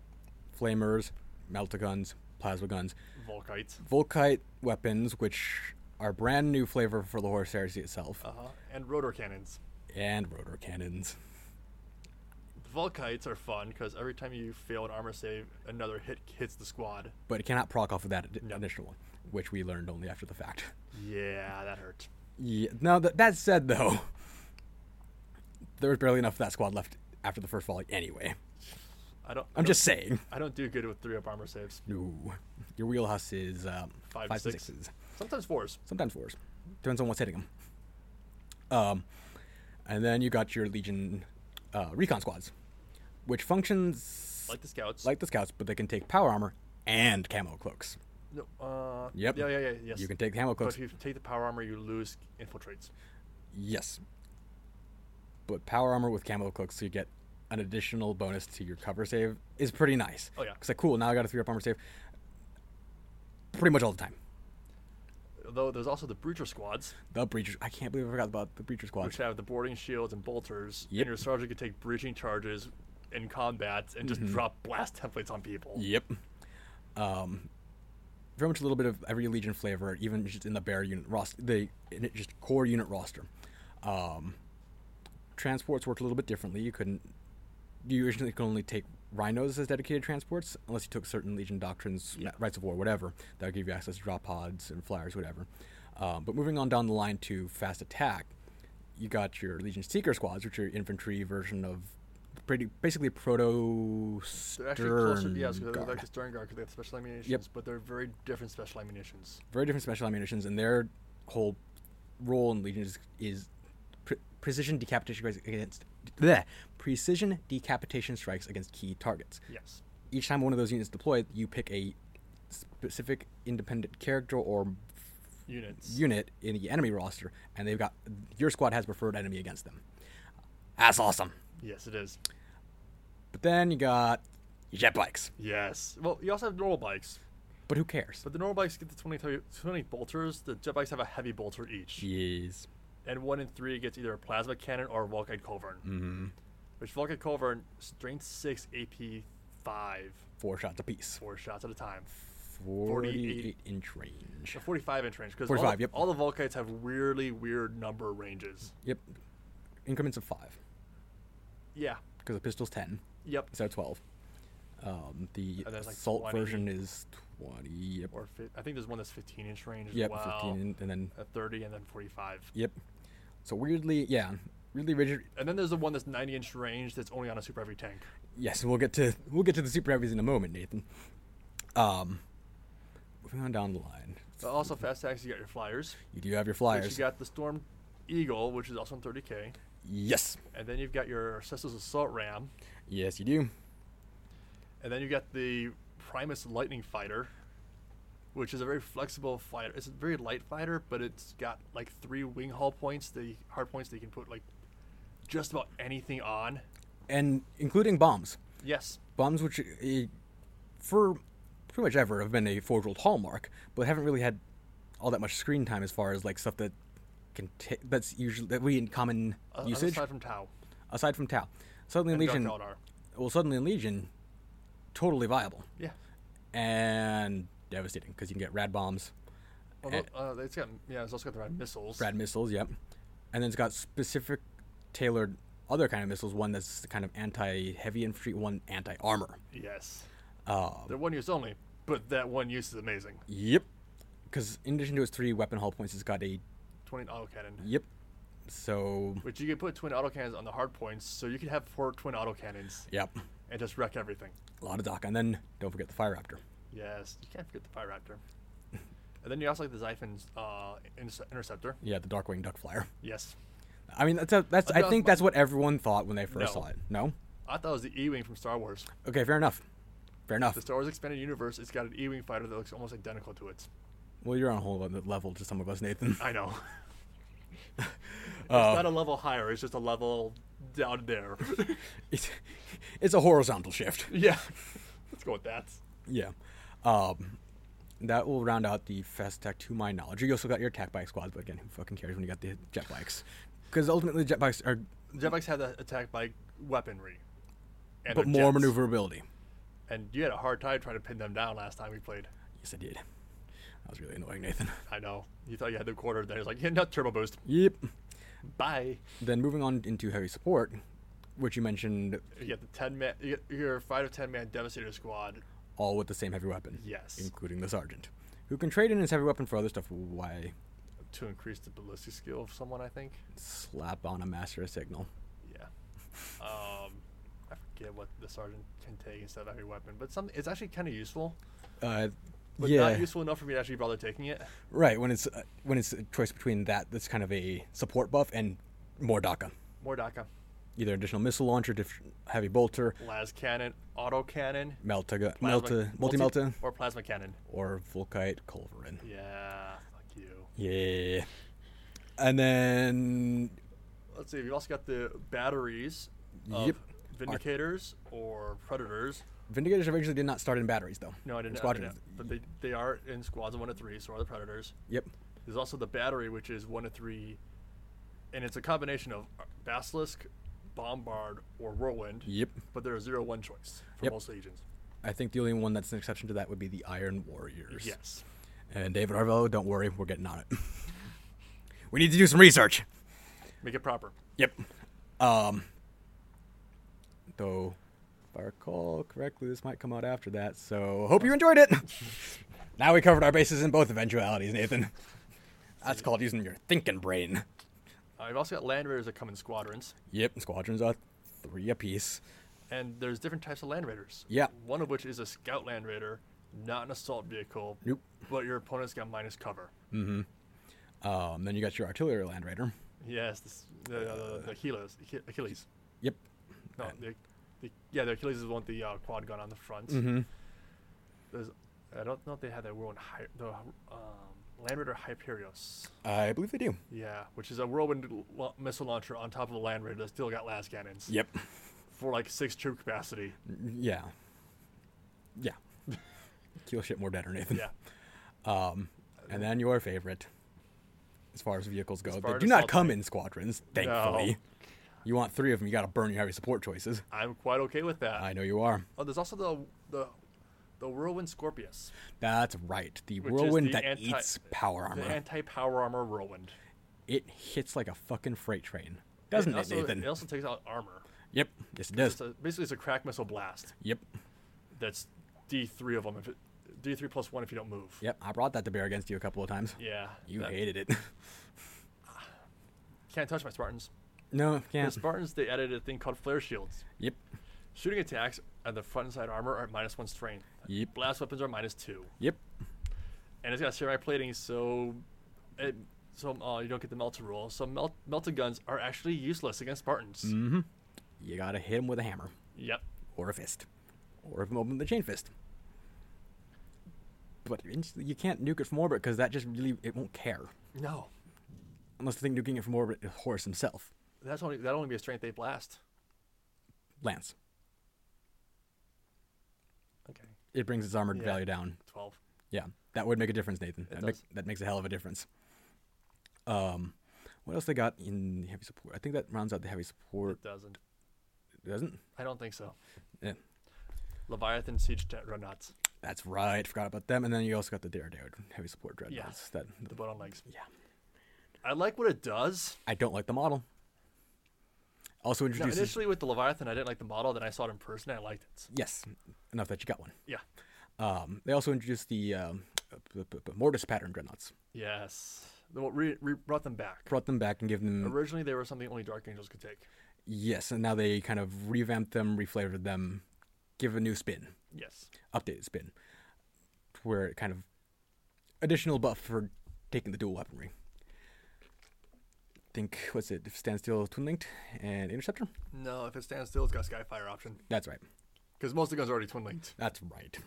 Speaker 1: flamers, melta guns, plasma guns,
Speaker 2: Volkites.
Speaker 1: volkite weapons, which are brand new flavor for the horse heresy itself,
Speaker 2: Uh huh. And rotor cannons.
Speaker 1: and rotor cannons.
Speaker 2: The Volkites are fun because every time you fail an armor save, another hit hits the squad.
Speaker 1: But it cannot proc off of that ad- initial one, which we learned only after the fact.
Speaker 2: Yeah, that hurt.
Speaker 1: Yeah. Now that that said, though, there was barely enough of that squad left after the first volley. Anyway,
Speaker 2: I don't. I
Speaker 1: I'm
Speaker 2: don't-
Speaker 1: just saying.
Speaker 2: I don't do good with three up armor saves.
Speaker 1: No, your wheelhouse is um, five,
Speaker 2: Five,
Speaker 1: five
Speaker 2: six.
Speaker 1: sixes,
Speaker 2: Sometimes fours.
Speaker 1: sometimes fours. Depends on what's hitting them. Um, and then you got your Legion uh, recon squads, which functions
Speaker 2: Like the scouts.
Speaker 1: like the scouts, but they can take power armor and camo cloaks.
Speaker 2: No, uh,
Speaker 1: Yep.
Speaker 2: Yeah, yeah, yeah. Yes.
Speaker 1: You can take camo
Speaker 2: But
Speaker 1: cloaks.
Speaker 2: if you take the power armor, you lose infiltrates.
Speaker 1: Yes. But power armor with camo cloaks, so you get an additional bonus to your cover save, is pretty nice.
Speaker 2: Oh, yeah.
Speaker 1: It's like, cool, now I got a three up armor save pretty much all the time.
Speaker 2: Though there's also the breacher squads,
Speaker 1: The breachers. I can't believe I forgot about the breacher squad.
Speaker 2: which have the boarding shields and bolters,
Speaker 1: Yep.
Speaker 2: and your sergeant can take breaching charges in combat and just drop blast templates on people.
Speaker 1: Yep. Um, very much a little bit of every Legion flavor, even just in the bare unit roster, the in it- just core unit roster. Um, transports worked a little bit differently. You couldn't, you originally could only take rhinos as dedicated transports, unless you took certain Legion doctrines, ma- rights of war, whatever, that would give you access to drop pods and flyers, whatever. Um, but moving on down the line to fast attack, you got your Legion Seeker squads, which are infantry version of pretty basically proto
Speaker 2: They're actually closer.
Speaker 1: Stern
Speaker 2: Yeah, so they're
Speaker 1: Guard.
Speaker 2: like the Stern Guard because they have special ammunitions, but they're very different special ammunitions.
Speaker 1: very different special ammunitions, and their whole role in Legion is, is pre- precision decapitation strikes against bleh, precision decapitation strikes against key targets.
Speaker 2: Yes.
Speaker 1: Each time one of those units deployed, you pick a specific independent character or
Speaker 2: Units.
Speaker 1: unit in the enemy roster, and they've got your squad has preferred enemy against them. That's awesome.
Speaker 2: yes, it is.
Speaker 1: But then you got jet bikes,
Speaker 2: Yes. Well, you also have normal bikes,
Speaker 1: but who cares?
Speaker 2: but the normal bikes get the 20, 20 bolters. The jet bikes have a heavy bolter each,
Speaker 1: Jeez.
Speaker 2: and one in three gets either a plasma cannon or a Vulcan Culverin. Mm-hmm. Which Vulcan Culverin, strength six, AP five,
Speaker 1: Four shots apiece.
Speaker 2: four shots at a time.
Speaker 1: 48 inch range.
Speaker 2: A 45 inch range because
Speaker 1: 45,
Speaker 2: all, the-
Speaker 1: yep.
Speaker 2: all the Vulkites have weirdly weird number ranges.
Speaker 1: Yep. Increments of five
Speaker 2: Yeah.
Speaker 1: because the pistol's ten
Speaker 2: Yep.
Speaker 1: instead of twelve. Um, the
Speaker 2: And Oh, there's, like,
Speaker 1: assault
Speaker 2: 20.
Speaker 1: version is twenty. Yep.
Speaker 2: Or fi- I think there's one that's 15 inch range as
Speaker 1: Yep.
Speaker 2: well.
Speaker 1: Fifteen and, and then
Speaker 2: a 30 and then 45.
Speaker 1: yep. So weirdly, yeah, really rigid.
Speaker 2: And then there's the one that's 90 inch range that's only on a super heavy tank.
Speaker 1: Yes, we'll get to we'll get to the super heavies in a moment, Nathan. Um, moving on down the line,
Speaker 2: But also fast attacks, you got your flyers.
Speaker 1: you do have your
Speaker 2: Which
Speaker 1: flyers.
Speaker 2: you got the Storm Eagle, which is also on 30k.
Speaker 1: yes,
Speaker 2: And then you've got your Cestus Assault Ram.
Speaker 1: yes, you do.
Speaker 2: And then you got the Primus Lightning Fighter, which is a very flexible fighter. It's a very light fighter, but it's got like three wing hull points, the hard points that you can put like just about anything on.
Speaker 1: And including bombs,
Speaker 2: Yes.
Speaker 1: bombs which uh, for pretty much ever have been a Forge World hallmark, but haven't really had all that much screen time as far as like stuff that can ta- that's usually that we in common
Speaker 2: Uh,
Speaker 1: usage
Speaker 2: Aside from Tau.
Speaker 1: aside from Tau. Suddenly in
Speaker 2: and Dark
Speaker 1: Legion,
Speaker 2: Eldar.
Speaker 1: well, suddenly in Legion, totally viable
Speaker 2: Yeah.
Speaker 1: and devastating because you can get rad bombs, Eh.
Speaker 2: Well, uh, it's got yeah. It's also got the right missiles.
Speaker 1: rad missiles, yep, and then it's got specific tailored other kind of missiles. One that's kind of anti-heavy infantry, one anti-armor.
Speaker 2: Yes.
Speaker 1: Um,
Speaker 2: They're one use only, but that one use is amazing.
Speaker 1: Yep. Because in addition to its three weapon hull points, it's got a
Speaker 2: Twin autocannon.
Speaker 1: yep. So
Speaker 2: Which you can put twin autocannons on the hard points, so you could have four twin autocannons
Speaker 1: yep,
Speaker 2: and just wreck everything.
Speaker 1: a lot of dock, and then don't forget the fire raptor.
Speaker 2: Yes, you can't forget the Fire Raptor. and then you also like the Xiphon's uh, inter- interceptor.
Speaker 1: Yeah, the Darkwing Duck Flyer.
Speaker 2: Yes.
Speaker 1: I mean, that's a, that's I
Speaker 2: duck
Speaker 1: think
Speaker 2: bi-
Speaker 1: that's what everyone thought when they first
Speaker 2: No.
Speaker 1: saw it. No.
Speaker 2: I thought it was the E Wing from Star Wars.
Speaker 1: Okay, fair enough. Fair enough.
Speaker 2: The Star Wars Expanded Universe, it's got an E Wing fighter that looks almost identical to it.
Speaker 1: Well, you're on a whole other level to some of us, Nathan. Uh,
Speaker 2: I know. it's
Speaker 1: Oh.
Speaker 2: not a level higher, it's just a level down there.
Speaker 1: It's, it's a horizontal shift.
Speaker 2: yeah. Let's go with that.
Speaker 1: Yeah. Um, that will round out the fast attack to my knowledge. You also got your attack bike squads, but again, who fucking cares when you got the jet bikes? Because ultimately, jet bikes are
Speaker 2: Jetbikes had the attack by weaponry. And
Speaker 1: but
Speaker 2: they're
Speaker 1: more
Speaker 2: jets.
Speaker 1: maneuverability.
Speaker 2: And you had a hard time trying to pin them down last time we played.
Speaker 1: Yes, I did. That was really annoying, Nathan.
Speaker 2: I know. You thought you had the quarter, then it's like, yeah, no, turbo boost.
Speaker 1: Yep.
Speaker 2: Bye.
Speaker 1: Then moving on into heavy support, which you mentioned
Speaker 2: You get the ten man, you get your five to ten man Devastator squad.
Speaker 1: all with the same heavy weapon.
Speaker 2: Yes.
Speaker 1: Including the sergeant, who can trade in his heavy weapon for other stuff. Why
Speaker 2: to increase the ballistic skill of someone, I think.
Speaker 1: slap on a master signal?
Speaker 2: Yeah. Um, I forget what the sergeant can take instead of every weapon, but some it's actually kind of useful,
Speaker 1: Uh,
Speaker 2: but
Speaker 1: yeah.
Speaker 2: not useful enough for me to actually bother taking it.
Speaker 1: Right. When it's uh, when it's a choice between that, that's kind of a support buff and more DACA,
Speaker 2: More DACA,
Speaker 1: either additional missile launcher, diff- heavy bolter,
Speaker 2: las cannon, auto cannon,
Speaker 1: melta, gu-
Speaker 2: plasma-
Speaker 1: melta, multi melta,
Speaker 2: or plasma cannon.
Speaker 1: or vulkite culverin.
Speaker 2: Yeah, fuck you.
Speaker 1: Yeah. And then
Speaker 2: Let's see. We've also got the batteries of
Speaker 1: Yep.
Speaker 2: vindicators or predators.
Speaker 1: Vindicators originally did not start in batteries, though.
Speaker 2: No, I didn't. I
Speaker 1: Squadron.
Speaker 2: didn't but they they are in squads of one to three, so are the predators.
Speaker 1: Yep.
Speaker 2: There's also the battery, which is one to three, and it's a combination of uh, basilisk, bombard, or whirlwind.
Speaker 1: Yep.
Speaker 2: But there are zero one choice for
Speaker 1: Yep.
Speaker 2: most legions.
Speaker 1: I think the only one that's an exception to that would be the Iron Warriors.
Speaker 2: Yes.
Speaker 1: And David Arvello, don't worry, we're getting on it. we need to do some research.
Speaker 2: Make it proper.
Speaker 1: Yep. Um. Though, I recall correctly, this might come out after that, so hope you enjoyed it. now we covered our bases in both eventualities, Nathan. That's called using your thinking brain.
Speaker 2: Uh, I've also got Land Raiders that come in squadrons,
Speaker 1: Yep, squadrons are three apiece.
Speaker 2: and there's different types of Land Raiders.
Speaker 1: Yeah.
Speaker 2: One of which is a Scout Land Raider, not an assault vehicle,
Speaker 1: Nope.
Speaker 2: but your opponent's got minus cover.
Speaker 1: Um, then you got your artillery land raider.
Speaker 2: Yes, this, the, uh, the, the Achilles. Achi- Achilles.
Speaker 1: Yep.
Speaker 2: No,
Speaker 1: Right.
Speaker 2: the, the, yeah, the Achilles is the one with the uh, quad gun on the front.
Speaker 1: Mm-hmm.
Speaker 2: There's, I don't know if they had that whirlwind. Hy- the um, Land Raider Hyperios.
Speaker 1: I believe they do.
Speaker 2: Yeah, which is a whirlwind l- lo- missile launcher on top of a Land Raider that's still got las cannons
Speaker 1: Yep.
Speaker 2: for like six troop capacity.
Speaker 1: Yeah. Yeah. Kill shit more deader, Nathan.
Speaker 2: Yeah.
Speaker 1: Um, and then your favorite, as far as vehicles go,
Speaker 2: far
Speaker 1: they
Speaker 2: as
Speaker 1: do not
Speaker 2: assault
Speaker 1: come in squadrons, thankfully.
Speaker 2: No.
Speaker 1: You want three of them, you got to burn your heavy support choices.
Speaker 2: I'm quite okay with that.
Speaker 1: I know you are.
Speaker 2: oh, there's also the the the Whirlwind Scorpius,
Speaker 1: That's right. The
Speaker 2: Which is
Speaker 1: whirlwind
Speaker 2: the
Speaker 1: that
Speaker 2: anti-
Speaker 1: eats power
Speaker 2: the
Speaker 1: armor.
Speaker 2: anti power armor Whirlwind.
Speaker 1: it hits like a fucking freight train, doesn't it,
Speaker 2: also,
Speaker 1: Nathan?
Speaker 2: It also takes out armor.
Speaker 1: yep. Yes, it does.
Speaker 2: It's a, basically, it's a crack missile blast.
Speaker 1: yep.
Speaker 2: That's D three of them. If it, D three plus one if you don't move.
Speaker 1: Yep. I brought that to bear against you a couple of times.
Speaker 2: Yeah.
Speaker 1: You
Speaker 2: that-
Speaker 1: hated it.
Speaker 2: Can't touch my Spartans.
Speaker 1: no,
Speaker 2: The
Speaker 1: can't.
Speaker 2: Spartans they added a thing called flare shields.
Speaker 1: Yep.
Speaker 2: Shooting attacks on the front and side armor are at minus one strain.
Speaker 1: Yep.
Speaker 2: Blast weapons are minus two.
Speaker 1: Yep.
Speaker 2: and it's got samurai plating, so it, so uh, you don't get the melter rule. So melt melted guns are actually useless against Spartans.
Speaker 1: Mm-hmm. You gotta hit him with a hammer
Speaker 2: Yep.
Speaker 1: or a fist, or if him open with a chain fist. But eventually you can't nuke it from orbit because that just really it won't care
Speaker 2: No,
Speaker 1: unless the thing nuking it from orbit is Horus himself,
Speaker 2: that's only that only be a strength eight blast.
Speaker 1: Lance.
Speaker 2: Okay,
Speaker 1: It brings its armored
Speaker 2: Yeah.
Speaker 1: value down.
Speaker 2: twelve.
Speaker 1: Yeah, that would make a difference, Nathan. That, make,
Speaker 2: does.
Speaker 1: that makes a hell of a difference. Um, what else they got in heavy support? I think that rounds out the heavy support.
Speaker 2: It doesn't.
Speaker 1: It doesn't?
Speaker 2: I don't think so.
Speaker 1: Yeah,
Speaker 2: Leviathan siege dreadnoughts.
Speaker 1: that's right. Forgot about them. And then you also got the Daredevil heavy support
Speaker 2: Yeah.
Speaker 1: dreadnoughts. That
Speaker 2: The butt on legs.
Speaker 1: yeah.
Speaker 2: I like what it does.
Speaker 1: I don't like the model. Also
Speaker 2: Now,
Speaker 1: introduces
Speaker 2: initially with the Leviathan, I didn't like the model. Then I saw it in person. and I liked it.
Speaker 1: yes, enough that you got one.
Speaker 2: Yeah.
Speaker 1: Um, they also introduced the um, uh, p- p- p- mortis pattern dreadnoughts.
Speaker 2: Yes. The- what Re- re- brought them back.
Speaker 1: Brought them back and gave them
Speaker 2: Originally, they were something only Dark Angels could take.
Speaker 1: yes, and now they kind of revamped them, reflavored them, give a new spin,
Speaker 2: Yes.
Speaker 1: updated spin, to where it kind of additional buff for taking the dual weaponry. Think what's it? Standstill, twin linked, and interceptor.
Speaker 2: No, if it stands still, it's got Skyfire option.
Speaker 1: That's right.
Speaker 2: Because most of the guns are already twin linked.
Speaker 1: That's right.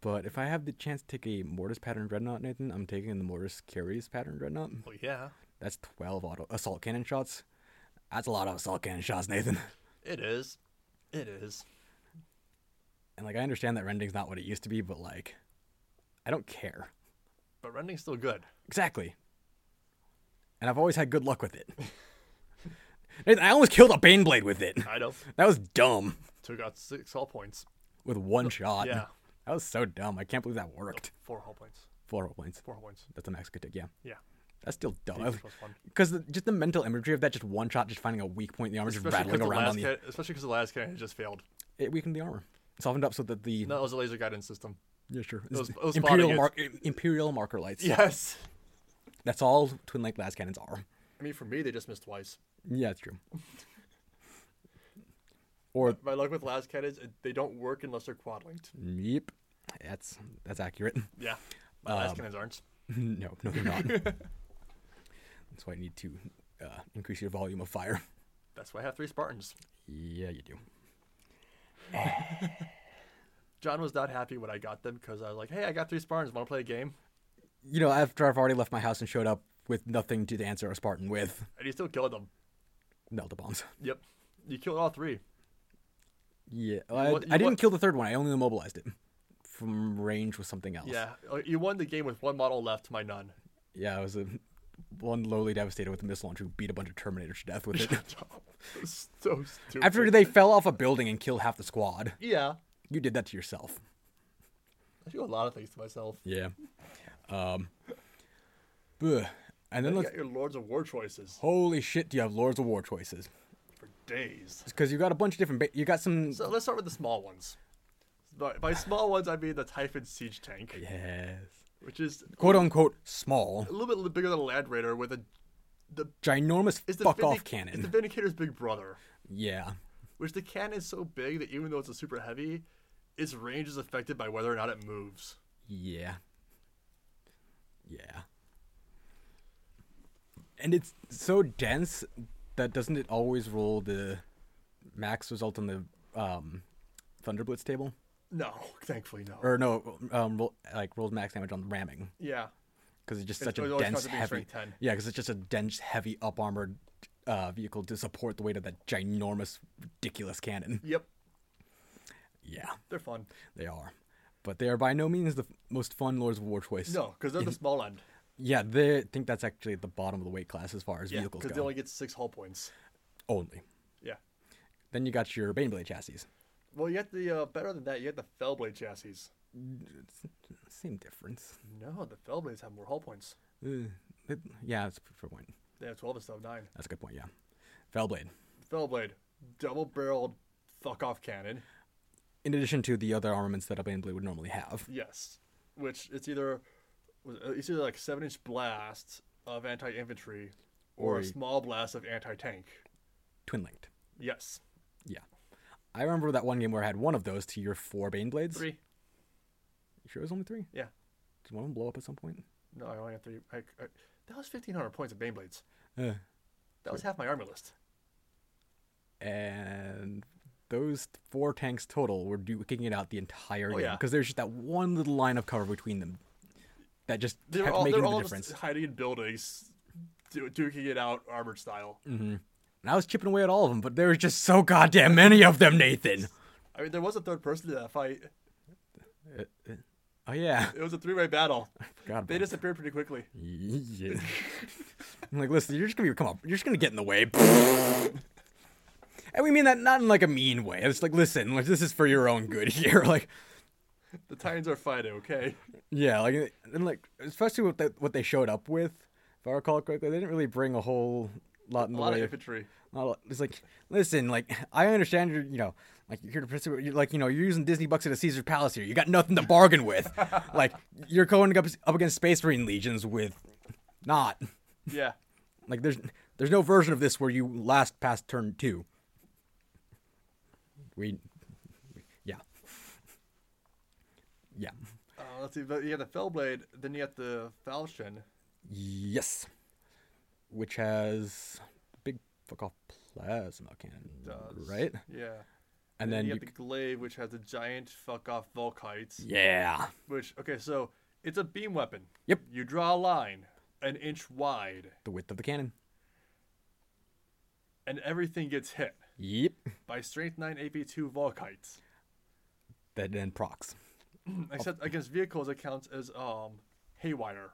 Speaker 1: but if I have the chance to take a mortis pattern dreadnought, Nathan, I'm taking the mortis carries pattern dreadnaught.
Speaker 2: Well, yeah,
Speaker 1: That's 12 auto assault cannon shots. That's a lot of assault cannon shots, Nathan.
Speaker 2: it is. It is.
Speaker 1: And like I understand that rending's not what it used to be, but like I don't care.
Speaker 2: But rending's still good.
Speaker 1: Exactly. And I've always had good luck with it. Nathan, I almost killed a Baneblade with it.
Speaker 2: I know.
Speaker 1: That was dumb.
Speaker 2: Took out six hull points.
Speaker 1: With one shot.
Speaker 2: yeah.
Speaker 1: That was so dumb. I can't believe that worked.
Speaker 2: Four hull points.
Speaker 1: Four points.
Speaker 2: Four hull points.
Speaker 1: That's the max I could take, yeah.
Speaker 2: Yeah.
Speaker 1: That's still dumb.
Speaker 2: Defense plus one.
Speaker 1: Because the, just the mental imagery of that, just one shot, just finding a weak point in the armor, just
Speaker 2: Especially because
Speaker 1: rattling
Speaker 2: the,
Speaker 1: around
Speaker 2: last
Speaker 1: on the.
Speaker 2: cannon- especially 'cause the last cannon had just failed.
Speaker 1: It weakened the armor. It softened up so that the.
Speaker 2: No, it was a laser guidance system.
Speaker 1: Yeah, sure.
Speaker 2: was- it was
Speaker 1: Imperial,
Speaker 2: plotting
Speaker 1: mar- Imperial marker lights.
Speaker 2: Yes.
Speaker 1: That's all twin link las cannons are.
Speaker 2: I mean, for me, they just missed twice.
Speaker 1: Yeah, it's true. or,
Speaker 2: My luck with las cannons, it- they don't work unless they're quad linked.
Speaker 1: yep. That's that's accurate.
Speaker 2: Yeah. las
Speaker 1: Um,
Speaker 2: cannons aren't.
Speaker 1: no, no, they're not. that's why I need to uh, increase your volume of fire.
Speaker 2: That's why I have three Spartans.
Speaker 1: Yeah, you do.
Speaker 2: John was not happy when I got them because I was like, "Hey, I got three Spartans. Want to play a game?"
Speaker 1: You know, after I've already left my house and showed up with nothing to answer a Spartan with,
Speaker 2: And he still killed them.
Speaker 1: Melta bombs.
Speaker 2: Yep. You killed all three.
Speaker 1: Yeah, I,
Speaker 2: wa- you
Speaker 1: I didn't
Speaker 2: wa-
Speaker 1: kill the third one. I only immobilized it from range with something else.
Speaker 2: Yeah, uh, you won the game with one model left, my none.
Speaker 1: yeah. I was a one lowly devastator with a missile launcher who beat a bunch of Terminators to death with it.
Speaker 2: It was so stupid.
Speaker 1: After they fell off a building and killed half the squad,
Speaker 2: yeah,
Speaker 1: you did that to yourself.
Speaker 2: I do a lot of things to myself.
Speaker 1: Yeah. Um. bleh. And then
Speaker 2: You
Speaker 1: let's.
Speaker 2: got your Lords of War choices.
Speaker 1: Holy shit! Do you have Lords of War choices?
Speaker 2: days.
Speaker 1: because you got a bunch of different. Ba- you got some.
Speaker 2: So let's start with the small ones. By, by small ones, I mean the Typhon siege tank,
Speaker 1: yes.
Speaker 2: which is
Speaker 1: Quote unquote small,
Speaker 2: a little bit bigger than a Land Raider with a the
Speaker 1: ginormous
Speaker 2: is the
Speaker 1: fuck
Speaker 2: Vindic-
Speaker 1: off
Speaker 2: Is
Speaker 1: cannon.
Speaker 2: the Vindicator's big brother,
Speaker 1: yeah.
Speaker 2: which the cannon is so big that even though it's a super heavy, its range is affected by whether or not it moves.
Speaker 1: Yeah. Yeah. And it's so dense that doesn't it always roll the max result on the um, Thunderblitz table?
Speaker 2: No, thankfully no.
Speaker 1: Or no, um, roll, like rolls max damage on the ramming
Speaker 2: yeah,
Speaker 1: because it's just
Speaker 2: It's-
Speaker 1: such a
Speaker 2: it always counts
Speaker 1: dense,
Speaker 2: as being
Speaker 1: heavy.
Speaker 2: strength 10.
Speaker 1: Yeah, because it's just a dense, heavy, up armored uh, vehicle to support the weight of that ginormous, ridiculous cannon.
Speaker 2: yep,
Speaker 1: Yeah,
Speaker 2: they're fun.
Speaker 1: they are, but they are by no means the f- most fun Lords of War choice.
Speaker 2: No, because they're the small end.
Speaker 1: Yeah, they I think that's actually at the bottom of the weight class as far as
Speaker 2: Yeah,
Speaker 1: vehicles
Speaker 2: because
Speaker 1: go.
Speaker 2: they only get six hull points.
Speaker 1: Only.
Speaker 2: Yeah.
Speaker 1: Then you got your Baneblade chassis.
Speaker 2: Well, you got the uh, better than that. You got the Fellblade chassis.
Speaker 1: Same difference.
Speaker 2: No, the Fellblades have more hull points.
Speaker 1: Uh, it- yeah, that's a fair point.
Speaker 2: They have twelve instead of nine.
Speaker 1: That's a good point. Yeah, Fellblade.
Speaker 2: Fellblade, double-barreled, fuck-off cannon.
Speaker 1: In addition to the other armaments that a Baneblade would normally have.
Speaker 2: Yes, which it's either it's either like seven inch blast of anti infantry or
Speaker 1: Or-
Speaker 2: a small blast of anti tank.
Speaker 1: Twin linked.
Speaker 2: Yes,
Speaker 1: Yeah. I remember that one game where I had one of those to your four Baneblades.
Speaker 2: three.
Speaker 1: You sure it was only three?
Speaker 2: Yeah,
Speaker 1: Did one of them blow up at some point?
Speaker 2: no, I only have three. I, I, that was fifteen hundred points of Baneblades.
Speaker 1: Uh,
Speaker 2: That was half my army list.
Speaker 1: and those four tanks total were duking it out the entire
Speaker 2: Oh,
Speaker 1: game
Speaker 2: yeah.
Speaker 1: because there's just that one little line of cover between them that just
Speaker 2: They were
Speaker 1: kept
Speaker 2: all
Speaker 1: making
Speaker 2: they're
Speaker 1: the
Speaker 2: all
Speaker 1: difference.
Speaker 2: just hiding in buildings, du- duking it out armored style.
Speaker 1: Mm. And I was chipping away at all of them, but there was just so goddamn many of them, Nathan.
Speaker 2: I mean, there was a third person to that fight.
Speaker 1: Oh yeah,
Speaker 2: It was a three way battle.
Speaker 1: forgot about
Speaker 2: They disappeared pretty quickly.
Speaker 1: Yeah. I'm like, listen, you're just gonna come up. You're just gonna get in the way. And we mean that not in like a mean way. It's like, listen, like, this is for your own good here. Like,
Speaker 2: The Titans are fighting. Okay,
Speaker 1: Yeah, like and like especially with the, what they showed up with, if I recall correctly, they didn't really bring a whole lot in
Speaker 2: a
Speaker 1: the
Speaker 2: lot of
Speaker 1: way.
Speaker 2: infantry.
Speaker 1: not a lot- it's like, listen, like I understand you're, you know, like you're here to participate. You're like, you know, you're using Disney bucks at a Caesar's Palace here. You got nothing to bargain with. like you're going up up against Space Marine legions with, not
Speaker 2: Yeah,
Speaker 1: like there's there's no version of this where you last past turn two. We, yeah, yeah,
Speaker 2: Uh, let's see. but You got the Fellblade, then you got the Falchion.
Speaker 1: Yes. Which has big fuck off plasma cannon,
Speaker 2: Does.
Speaker 1: right?
Speaker 2: Yeah.
Speaker 1: And then
Speaker 2: you
Speaker 1: you,
Speaker 2: got the Glaive, which has the giant fuck off Volkites.
Speaker 1: yeah,
Speaker 2: Which okay, so it's a beam weapon.
Speaker 1: Yep.
Speaker 2: You draw a line an inch wide,
Speaker 1: the width of the cannon.
Speaker 2: and everything gets hit
Speaker 1: Yep.
Speaker 2: by Strength Nine AP Two Volkites.
Speaker 1: That then procs.
Speaker 2: Except against vehicles, it counts as um haywire.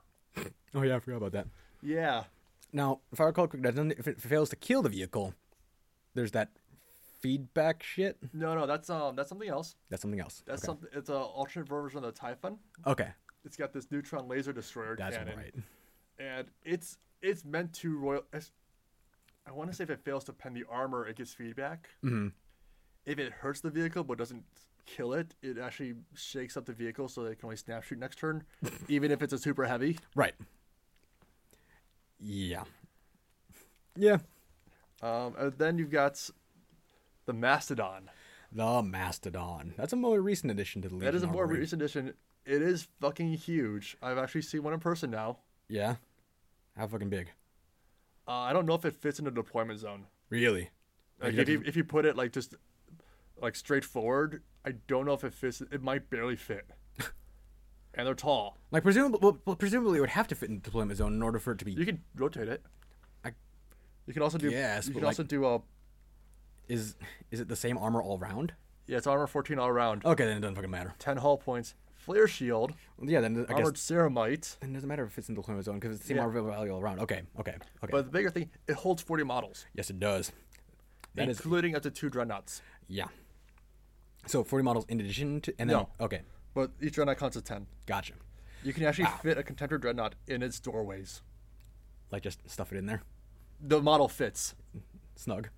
Speaker 1: Oh yeah, I forgot about that.
Speaker 2: Yeah.
Speaker 1: Now, if I recall correctly, that doesn't- if it fails to kill the vehicle, there's that feedback shit.
Speaker 2: No, no, that's um that's something else.
Speaker 1: That's something else.
Speaker 2: That's
Speaker 1: okay.
Speaker 2: something. It's an alternate version of the Typhon.
Speaker 1: okay,
Speaker 2: It's got this neutron laser destroyer
Speaker 1: that's
Speaker 2: cannon.
Speaker 1: right.
Speaker 2: and it's it's meant to royal. it's- I want to say if it fails to pen the armor, it gets feedback. Mm-hmm. If it hurts the vehicle but doesn't kill it, it actually shakes up the vehicle so they can only snap shoot next turn, even if it's a super heavy.
Speaker 1: Right. Yeah. Yeah.
Speaker 2: Um, and then you've got the Mastodon.
Speaker 1: The mastodon. That's a more recent addition to the Legion.
Speaker 2: That is a more
Speaker 1: armory.
Speaker 2: recent addition. It is fucking huge. I've actually seen one in person now.
Speaker 1: Yeah. How fucking big?
Speaker 2: Uh, I don't know if it fits in the deployment zone.
Speaker 1: Really?
Speaker 2: Like
Speaker 1: you have
Speaker 2: if you if you put it like just like straight forward, I don't know if it fits. It might barely fit. and they're tall.
Speaker 1: Like presumably, well, well, presumably it would have to fit in the deployment zone in order for it to be.
Speaker 2: You can rotate it.
Speaker 1: I-
Speaker 2: You can also do.
Speaker 1: Yes,
Speaker 2: you
Speaker 1: but,
Speaker 2: can
Speaker 1: like-
Speaker 2: also do a.
Speaker 1: is is it the same armor all round?
Speaker 2: Yeah, it's armor fourteen all around.
Speaker 1: Okay, then it doesn't fucking matter.
Speaker 2: Ten hull points. Flare shield.
Speaker 1: Yeah, then I
Speaker 2: Armored
Speaker 1: guess
Speaker 2: ceramite.
Speaker 1: then it doesn't matter if it fits in the deployment zone because it's the same
Speaker 2: Yeah.
Speaker 1: armor value all around. Okay, okay, okay.
Speaker 2: But the bigger thing, it holds forty models,
Speaker 1: yes, it does. That is
Speaker 2: including up to two dreadnoughts.
Speaker 1: yeah. So forty models in addition to and then
Speaker 2: No.
Speaker 1: okay,
Speaker 2: But each dreadnought counts as ten.
Speaker 1: gotcha.
Speaker 2: You can actually fit a contemptor dreadnought in its doorways.
Speaker 1: Like just stuff it in there,
Speaker 2: The model fits.
Speaker 1: snug.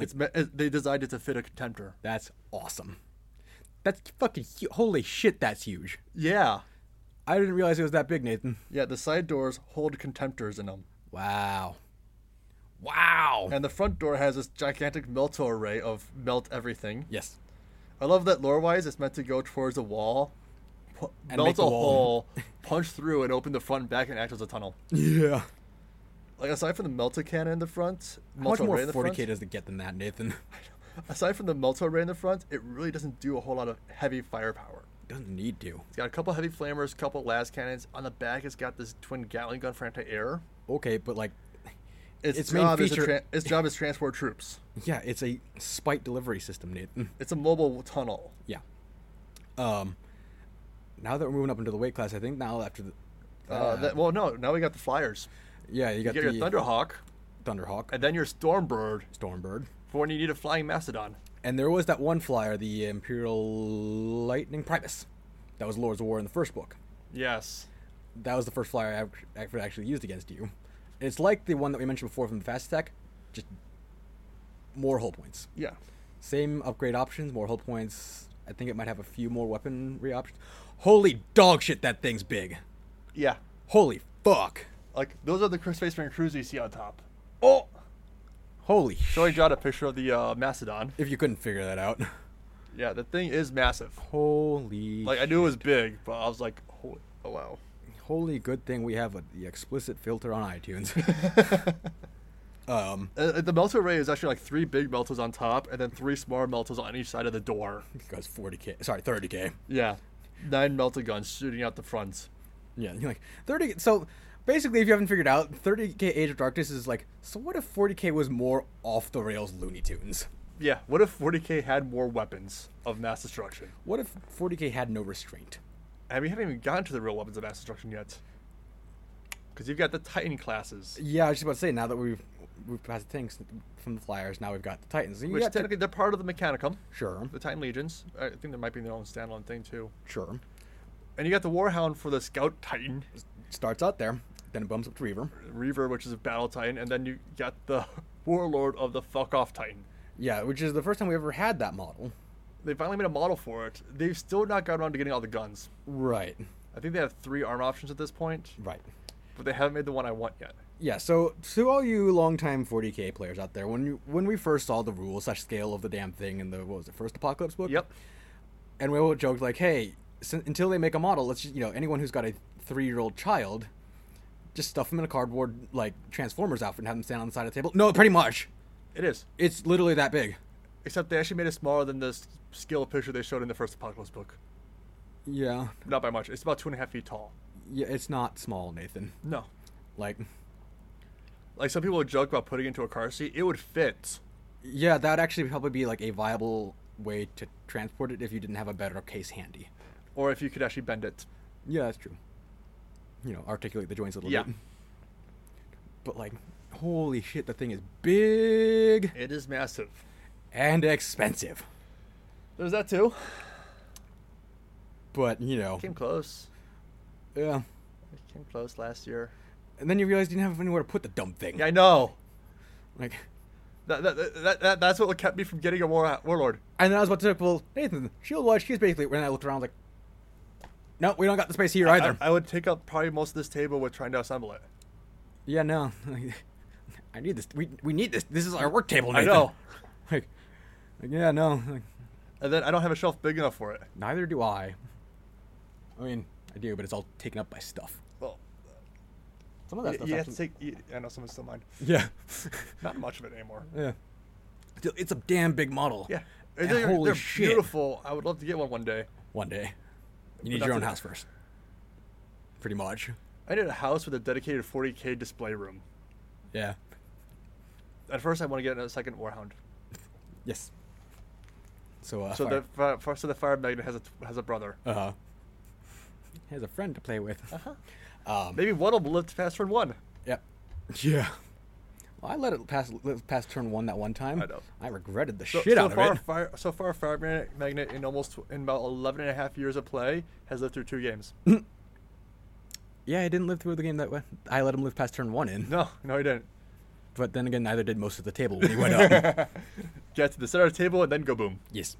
Speaker 2: It's me- it- they designed it to fit a contemptor.
Speaker 1: That's awesome. That's fucking hu- holy shit. That's huge.
Speaker 2: Yeah,
Speaker 1: I didn't realize it was that big, Nathan.
Speaker 2: yeah. The side doors hold contemptors in them,
Speaker 1: Wow. Wow.
Speaker 2: and the front door has this gigantic melt array of melt everything.
Speaker 1: Yes.
Speaker 2: I love that lore-wise, it's meant to go towards a wall, pu-
Speaker 1: And make
Speaker 2: melt
Speaker 1: the
Speaker 2: a
Speaker 1: wall.
Speaker 2: hole, punch through, and open the front and back and act as a tunnel.
Speaker 1: Yeah.
Speaker 2: Like aside from the melta cannon in the front,
Speaker 1: How much
Speaker 2: melt
Speaker 1: more
Speaker 2: array in the front,
Speaker 1: 40k does it get than that, Nathan?
Speaker 2: aside from the melta array in the front, it really doesn't do a whole lot of heavy firepower.
Speaker 1: Doesn't need to.
Speaker 2: It's got a couple heavy flammers, couple las cannons. On the back, it's got this twin Gatling gun for anti-air.
Speaker 1: Okay, but like,
Speaker 2: Its,
Speaker 1: Its main
Speaker 2: job is to
Speaker 1: feature-
Speaker 2: tran its job is transport troops.
Speaker 1: yeah, it's a spite delivery system, Nathan.
Speaker 2: It's a mobile tunnel.
Speaker 1: Yeah. Um. Now that we're moving up into the weight class, I think now after the.
Speaker 2: Uh,
Speaker 1: Ah.
Speaker 2: that, well, no, now we got the flyers.
Speaker 1: yeah, you
Speaker 2: You
Speaker 1: got
Speaker 2: get
Speaker 1: the
Speaker 2: your Thunderhawk,
Speaker 1: Thunderhawk,
Speaker 2: and then your Stormbird
Speaker 1: Stormbird,
Speaker 2: for when you need a flying mastodon.
Speaker 1: and there was that one flyer, the Imperial Lightning Primus, that was Lords of War in the first book.
Speaker 2: Yes.
Speaker 1: That was the first flyer I ac- ac- actually used against you. It's like the one that we mentioned before from the Fast Attack, just more hull points.
Speaker 2: Yeah.
Speaker 1: Same upgrade options, more hull points. I think it might have a few more weaponry options. Holy dog shit, that thing's big.
Speaker 2: Yeah.
Speaker 1: Holy fuck.
Speaker 2: Like those are the Chris Space Marine crews you see on top. Oh,
Speaker 1: Holy sh-
Speaker 2: showing John a picture of the uh, mastodon.
Speaker 1: If you couldn't figure that out.
Speaker 2: Yeah, the thing is massive.
Speaker 1: Holy
Speaker 2: Like I knew it was big, but I was like, holy, oh wow.
Speaker 1: holy good thing we have a, the explicit filter on iTunes. um
Speaker 2: Uh, the melter array is actually like three big melters on top, and then three smaller melters on each side of the door.
Speaker 1: because 40k, sorry, 30k.
Speaker 2: Yeah, nine melter guns shooting out the front.
Speaker 1: Yeah, you're like 30 so basically if you haven't figured out 30k Age of Darkness is like so what if 40k was more off the rails Looney Tunes?
Speaker 2: Yeah, what if 40k had more weapons of mass destruction?
Speaker 1: What if 40k had no restraint?
Speaker 2: And we haven't even gotten to the real weapons of mass destruction yet, because you've got the Titan classes,
Speaker 1: Yeah, I was just about to say. Now that we've we've passed the things from the Flyers, now we've got the Titans. You
Speaker 2: which
Speaker 1: got the-
Speaker 2: technically they're part of the Mechanicum,
Speaker 1: sure,
Speaker 2: the Titan legions. I think there might be their own standalone thing too.
Speaker 1: sure.
Speaker 2: And you got the Warhound for the Scout Titan,
Speaker 1: Starts out there, then it bumps up to Reaver.
Speaker 2: Reaver, which is a Battle Titan, and then you got the Warlord of the Fuck Off Titan.
Speaker 1: Yeah, which is the first time we ever had that model.
Speaker 2: They finally made a model for it. They've still not gotten around to getting all the guns.
Speaker 1: Right,
Speaker 2: I think they have three arm options at this point,
Speaker 1: right.
Speaker 2: but they haven't made the one I want yet.
Speaker 1: Yeah, so to all you longtime 40k players out there, when you when we first saw the rule slash scale of the damn thing in the what was it first Apocalypse book?
Speaker 2: Yep.
Speaker 1: And we all joked like, hey, sin until they make a model, let's just, you know anyone who's got a three year old child, just stuff them in a cardboard like Transformers outfit and have them stand on the side of the table. No, pretty much.
Speaker 2: It is.
Speaker 1: It's literally that big.
Speaker 2: Except they actually made it smaller than the s- scale picture they showed in the first Apocalypse book.
Speaker 1: Yeah.
Speaker 2: Not by much. It's about two and a half feet tall.
Speaker 1: Yeah, it's not small, Nathan.
Speaker 2: No.
Speaker 1: Like
Speaker 2: Like some people would joke about putting it into a car seat. It would fit.
Speaker 1: yeah, that would actually probably be like a viable way to transport it if you didn't have a better case handy.
Speaker 2: Or if you could actually bend it.
Speaker 1: Yeah, that's true. You know, articulate the joints a little
Speaker 2: Yeah.
Speaker 1: bit. But like holy shit, the thing is big
Speaker 2: It is massive.
Speaker 1: and expensive.
Speaker 2: There's that too.
Speaker 1: But, you know,
Speaker 2: Came close.
Speaker 1: yeah.
Speaker 2: It came close last year.
Speaker 1: And then you realize you didn't have anywhere to put the dumb thing.
Speaker 2: Yeah, I know.
Speaker 1: Like
Speaker 2: That, that, that, that, that's what kept me from getting a war, warlord.
Speaker 1: and then I was about to say, well, Nathan, Shield Watch, she's basically when I looked around like No, we don't got the space here either.
Speaker 2: I, I would take up probably most of this table with trying to assemble it.
Speaker 1: Yeah, no. I need this. We we need this. This is our work table.
Speaker 2: I
Speaker 1: Nathan.
Speaker 2: know.
Speaker 1: Like, like, yeah, no. Like,
Speaker 2: And then I don't have a shelf big enough for it.
Speaker 1: neither do I. I mean, I do, but it's all taken up by stuff.
Speaker 2: Well,
Speaker 1: Some of
Speaker 2: you,
Speaker 1: that stuff.
Speaker 2: you have to take. You, I know someone's still mine.
Speaker 1: yeah.
Speaker 2: Not much of it anymore.
Speaker 1: yeah. Still, It's a damn big model.
Speaker 2: Yeah.
Speaker 1: And
Speaker 2: they're,
Speaker 1: holy
Speaker 2: they're
Speaker 1: shit.
Speaker 2: beautiful. I would love to get one one day.
Speaker 1: One day, you
Speaker 2: But
Speaker 1: need
Speaker 2: that's
Speaker 1: your own
Speaker 2: it.
Speaker 1: house first. Pretty much.
Speaker 2: I need a house with a dedicated 40k display room.
Speaker 1: Yeah.
Speaker 2: At first, I want to get a second Warhound.
Speaker 1: Yes. So uh.
Speaker 2: So
Speaker 1: fire.
Speaker 2: the fi- fi- so the Fire Magnet has a t- has a brother.
Speaker 1: uh. He has a friend to play with.
Speaker 2: Uh-huh.
Speaker 1: Um.
Speaker 2: Maybe one will live to pass turn one.
Speaker 1: Yep. Yeah. Well, I let it pass let pass turn one that one time.
Speaker 2: I know.
Speaker 1: I regretted the
Speaker 2: So,
Speaker 1: shit
Speaker 2: so
Speaker 1: out
Speaker 2: far,
Speaker 1: of it.
Speaker 2: Fire, so far, Fire Magnet, Magnet in almost tw- in about 11 and a half years of play has lived through two games.
Speaker 1: Yeah, I didn't live through the game that way. I let him live past turn one in.
Speaker 2: no, no, he didn't.
Speaker 1: but then again, neither did most of the table when he went up.
Speaker 2: Get to the center of the table and then go boom.
Speaker 1: yes.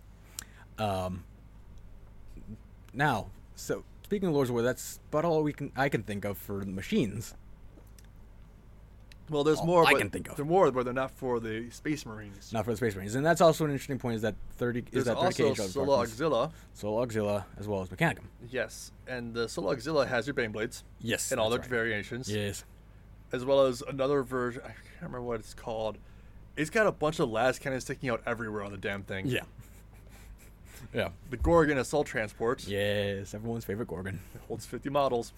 Speaker 1: Um. Now, so speaking of Lords of War, that's about all we can I can think of for the machines.
Speaker 2: Well, there's
Speaker 1: All
Speaker 2: more.
Speaker 1: Oh, I
Speaker 2: but
Speaker 1: can think of.
Speaker 2: There's more, but they're not for the Space Marines.
Speaker 1: Not for the Space Marines, and that's also an interesting point. Is that thirty?
Speaker 2: there's
Speaker 1: Is that thirty
Speaker 2: also
Speaker 1: cage
Speaker 2: Sologzilla.
Speaker 1: Sologzilla as well as Mechanicum?
Speaker 2: Yes, and the Sologzilla has your Baneblades
Speaker 1: Yes.
Speaker 2: and all their
Speaker 1: that's right.
Speaker 2: variations,
Speaker 1: Yes.
Speaker 2: as well as another version. I can't remember what it's called. It's got a bunch of las cannons sticking out everywhere on the damn thing.
Speaker 1: Yeah. yeah.
Speaker 2: The Gorgon assault transport
Speaker 1: Yes. Everyone's favorite Gorgon.
Speaker 2: holds 50 models.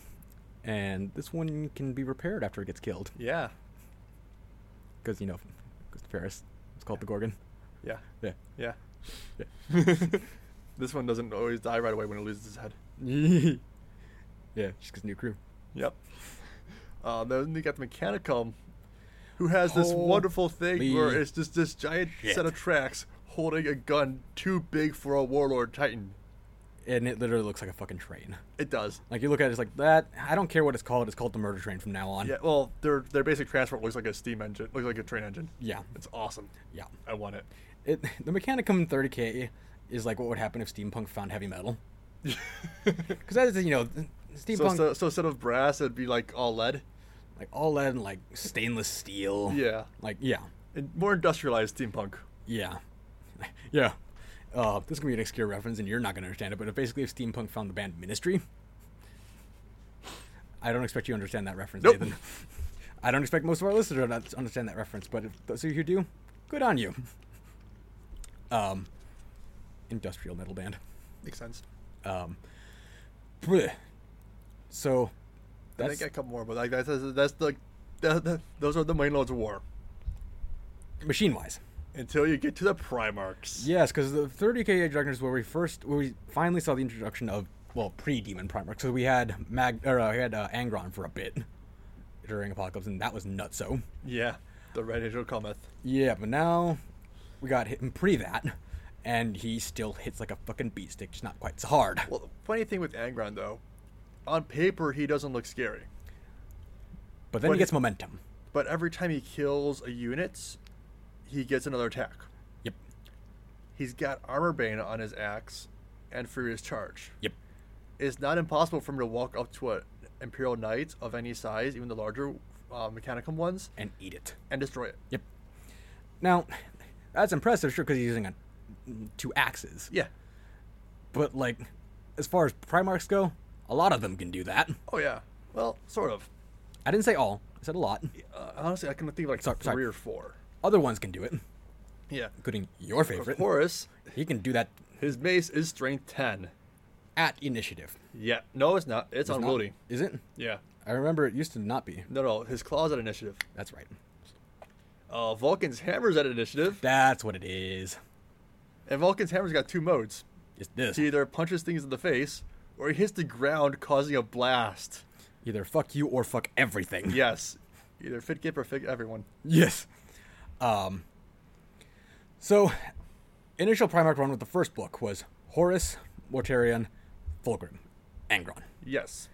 Speaker 1: and this one can be repaired after it gets killed
Speaker 2: Yeah,
Speaker 1: because you know goes to Paris. It's called the Gorgon.
Speaker 2: yeah,
Speaker 1: Yeah.
Speaker 2: yeah. this one doesn't always die right away when it loses its head.
Speaker 1: yeah, just gets a new crew.
Speaker 2: Yep. Uh, then they got the Mechanicum, who has this
Speaker 1: Holy
Speaker 2: wonderful thing where it's just this giant
Speaker 1: shit.
Speaker 2: set of tracks holding a gun too big for a Warlord Titan.
Speaker 1: And it literally looks like a fucking train.
Speaker 2: It does.
Speaker 1: Like you look at it, it's like that. I don't care what it's called. It's called the murder train from now on.
Speaker 2: Yeah. Well, their their basic transport looks like a steam engine, looks like a train engine.
Speaker 1: yeah,
Speaker 2: It's awesome.
Speaker 1: yeah.
Speaker 2: I want it.
Speaker 1: It, the Mechanicum 30k is like what would happen if steampunk found heavy metal. Because that is you know
Speaker 2: So,
Speaker 1: steampunk
Speaker 2: so so instead of brass, it'd be like all lead.
Speaker 1: like all lead and like stainless steel.
Speaker 2: Yeah.
Speaker 1: Like yeah,
Speaker 2: And more industrialized steampunk.
Speaker 1: yeah, yeah. Uh, this is gonna be an obscure reference, and you're not gonna understand it. But basically, if steampunk found the band Ministry, I don't expect you to understand that reference,
Speaker 2: Nope.
Speaker 1: Nathan. I don't expect most of our listeners to not understand that reference, but if those of you who do, good on you. Um, industrial metal band.
Speaker 2: Makes sense.
Speaker 1: Um, bleh. so
Speaker 2: I
Speaker 1: that's
Speaker 2: think I couple more, but like that's that's, that's the, the, the those are the main lords of war.
Speaker 1: machine wise.
Speaker 2: Until you get to the Primarchs.
Speaker 1: Yes, because the 30k introduction is where we first, where we finally saw the introduction of, well, pre-demon primer. So we had Mag, or uh, we had uh, Angron for a bit during Apocalypse, and that was nutso.
Speaker 2: Yeah, the red angel cometh.
Speaker 1: Yeah, but now we got him pre that, and he still hits like a fucking beat stick, just not quite so hard.
Speaker 2: Well, the funny thing with Angron though, on paper he doesn't look scary,
Speaker 1: But then
Speaker 2: what-
Speaker 1: he gets momentum.
Speaker 2: but every time he kills a unit, he gets another attack.
Speaker 1: Yep,
Speaker 2: He's got armor bane on his axe, and furious charge.
Speaker 1: yep,
Speaker 2: It's not impossible for him to walk up to an imperial knight of any size, even the larger uh, mechanicum ones,
Speaker 1: and eat it.
Speaker 2: and destroy it.
Speaker 1: Yep. Now, that's impressive, sure, because he's using a, two axes.
Speaker 2: Yeah.
Speaker 1: But like, as far as Primarchs go, a lot of them can do that.
Speaker 2: Oh yeah. Well, sort of.
Speaker 1: I didn't say all. I said a lot.
Speaker 2: Uh, honestly, I can think of like
Speaker 1: Sorry,
Speaker 2: three
Speaker 1: sorry.
Speaker 2: or four.
Speaker 1: Other ones can do it,
Speaker 2: Yeah.
Speaker 1: including your
Speaker 2: Of
Speaker 1: favorite.
Speaker 2: Horus,
Speaker 1: He can do that
Speaker 2: his mace is strength ten.
Speaker 1: at initiative.
Speaker 2: Yeah. No, it's not. It's,
Speaker 1: It's not-
Speaker 2: unwieldy.
Speaker 1: Is it?
Speaker 2: Yeah.
Speaker 1: I remember it used to not be.
Speaker 2: No, no. His claws at initiative.
Speaker 1: That's right.
Speaker 2: Uh, Vulcan's hammer's at initiative,
Speaker 1: That's what it is.
Speaker 2: and Vulcan's hammer's got two modes.
Speaker 1: It's this.
Speaker 2: He either punches things in the face, or he hits the ground, causing a blast.
Speaker 1: Either fuck you or fuck everything.
Speaker 2: Yes. Either fit Gip or fit everyone.
Speaker 1: Yes. Um. So, initial Primarch run with the first book was Horus, Mortarion, Fulgrim, Angron.
Speaker 2: Yes.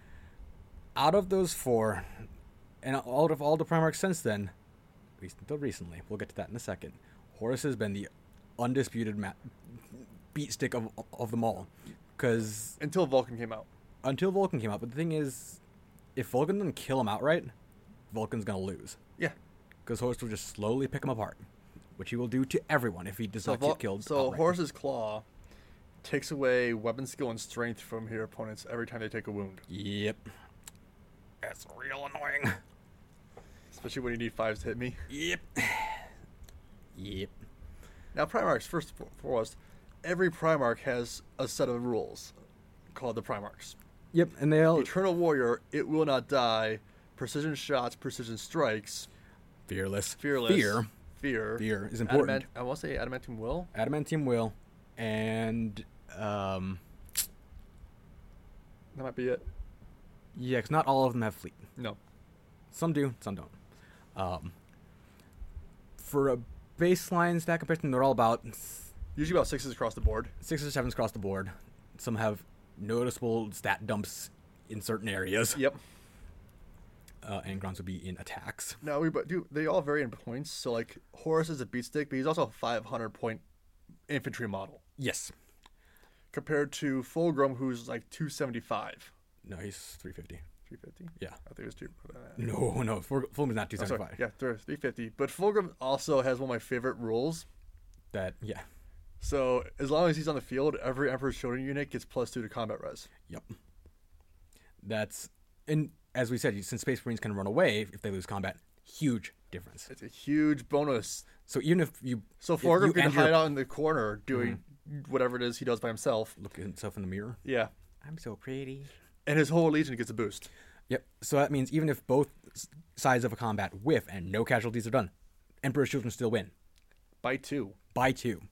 Speaker 1: Out of those four, and out of all the Primarchs since then, at least until recently, we'll get to that in a second. Horus has been the undisputed ma- beat stick of of them all, because
Speaker 2: Until Vulcan came out.
Speaker 1: until Vulcan came out. But the thing is, if Vulcan doesn't kill him outright, Vulcan's gonna lose.
Speaker 2: Yeah.
Speaker 1: because Horus will just slowly pick him apart, which he will do to everyone if he does not
Speaker 2: Vul-
Speaker 1: get killed.
Speaker 2: so
Speaker 1: outright.
Speaker 2: Horus's claw takes away weapon skill and strength from your opponents every time they take a wound,
Speaker 1: Yep. That's real annoying.
Speaker 2: especially when you need fives to hit me.
Speaker 1: Yep. Yep.
Speaker 2: Now, Primarchs, first and foremost, every Primarch has a set of rules called the Primarchs.
Speaker 1: Yep. And they'll
Speaker 2: Eternal Warrior, It Will Not Die, Precision Shots, Precision Strikes,
Speaker 1: fearless.
Speaker 2: Fearless,
Speaker 1: Fear.
Speaker 2: Fear,
Speaker 1: Fear is
Speaker 2: Adamant-
Speaker 1: important.
Speaker 2: I want to say Adamantium Will.
Speaker 1: Adamantium will, and um,
Speaker 2: That might be it.
Speaker 1: yeah, 'cause not all of them have fleet.
Speaker 2: No.
Speaker 1: Some do, some don't. Um, for a baseline stack comparison, they're all about
Speaker 2: Usually about sixes across the board.
Speaker 1: six or sevens across the board. Some have noticeable stat dumps in certain areas.
Speaker 2: Yep.
Speaker 1: uh, and Grunts would be in attacks.
Speaker 2: No, we but dude, they all vary in points. So like Horus is a beat stick, but he's also a 500 point infantry model
Speaker 1: Yes.
Speaker 2: compared to Fulgrim, who's like 275,
Speaker 1: No, he's 350.
Speaker 2: 350.
Speaker 1: Yeah.
Speaker 2: I think it was two. Uh,
Speaker 1: No, no, Ful- Fulham's not
Speaker 2: I'm Oh, sorry.
Speaker 1: 275.
Speaker 2: Yeah, there- 350. But Fulgrim also has one of my favorite rules.
Speaker 1: That, yeah.
Speaker 2: So as long as he's on the field, every Emperor's Children unit gets plus two to combat res.
Speaker 1: Yep. That's, and as we said, since Space Marines can run away if they lose combat, huge difference.
Speaker 2: It's a huge bonus.
Speaker 1: So even if you
Speaker 2: So
Speaker 1: if you
Speaker 2: Fulgrim can
Speaker 1: and your- Mm-hmm.
Speaker 2: hide out in the corner doing whatever it is he does by himself.
Speaker 1: look at himself in the mirror,
Speaker 2: Yeah.
Speaker 1: I'm so pretty.
Speaker 2: And his whole legion gets a boost.
Speaker 1: Yep. So that means even if both s- sides of a combat whiff and no casualties are done, Emperor's Children still win
Speaker 2: By two.
Speaker 1: by two.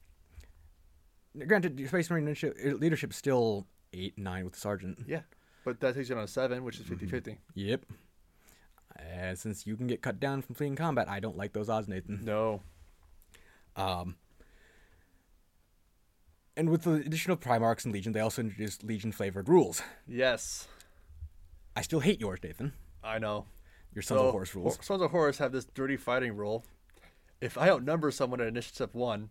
Speaker 1: Now, Granted, your Space Marine leadership- leadership's still eight nine with the sergeant.
Speaker 2: Yeah. But that takes you down to seven, which is
Speaker 1: Mm-hmm.
Speaker 2: 50 50.
Speaker 1: Yep. Uh, since you can get cut down from fleeing combat, I don't like those odds, Nathan.
Speaker 2: No.
Speaker 1: Um, and with the addition of Primarchs and Legion, they also introduced Legion flavored rules.
Speaker 2: Yes.
Speaker 1: I still hate yours, Nathan.
Speaker 2: I know.
Speaker 1: Your Sons
Speaker 2: Oh.
Speaker 1: of Horus rules.
Speaker 2: Hor- Sons of Horus have this dirty fighting rule. If I outnumber someone at initiative one,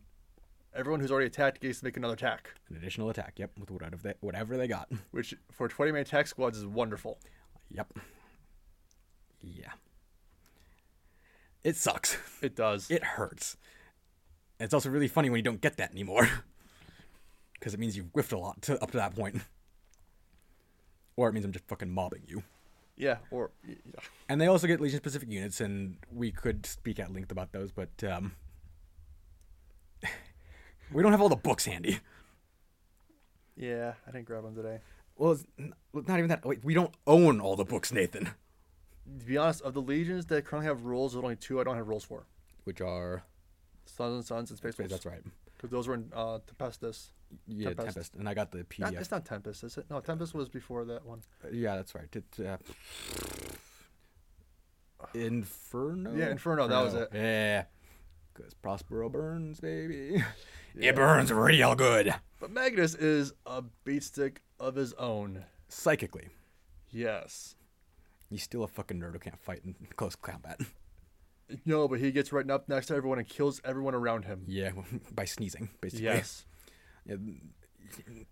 Speaker 2: everyone who's already attacked gets to make another attack,
Speaker 1: An additional attack, yep, with whatever they, whatever they got.
Speaker 2: which for 20 man attack squads is wonderful.
Speaker 1: Yep. Yeah. It sucks.
Speaker 2: It does.
Speaker 1: It hurts. And it's also really funny when you don't get that anymore. Because it means you've whiffed a lot to, up to that point. Or it means I'm just fucking mobbing you.
Speaker 2: yeah. Or yeah.
Speaker 1: And they also get Legion specific units, and we could speak at length about those, but um, we don't have all the books handy.
Speaker 2: Yeah. I didn't grab one today.
Speaker 1: Well, it's n- well, not even that. Wait, we don't own all the books, Nathan.
Speaker 2: To be honest, of the legions that currently have rules, there's only two I don't have rules for.
Speaker 1: Which are.
Speaker 2: Sons and Sons and Space Wolves.
Speaker 1: That's right.
Speaker 2: Because those were in uh, Tempestus.
Speaker 1: Yeah, Tempest.
Speaker 2: Tempest.
Speaker 1: And I got the
Speaker 2: Not,
Speaker 1: PDF.
Speaker 2: It's not Tempest, is it? No, Tempest was before that one.
Speaker 1: Yeah, that's right. It, uh, Inferno.
Speaker 2: Yeah, Inferno, that was
Speaker 1: Inferno. Yeah, because Prospero burns, baby. It burns real good.
Speaker 2: But Magnus is a beatstick of his own.
Speaker 1: Psychically,
Speaker 2: Yes.
Speaker 1: he's still a fucking nerd who can't fight in close combat.
Speaker 2: No, but he gets right up next to everyone and kills everyone around him.
Speaker 1: Yeah, by sneezing, basically.
Speaker 2: Yes.
Speaker 1: Yeah,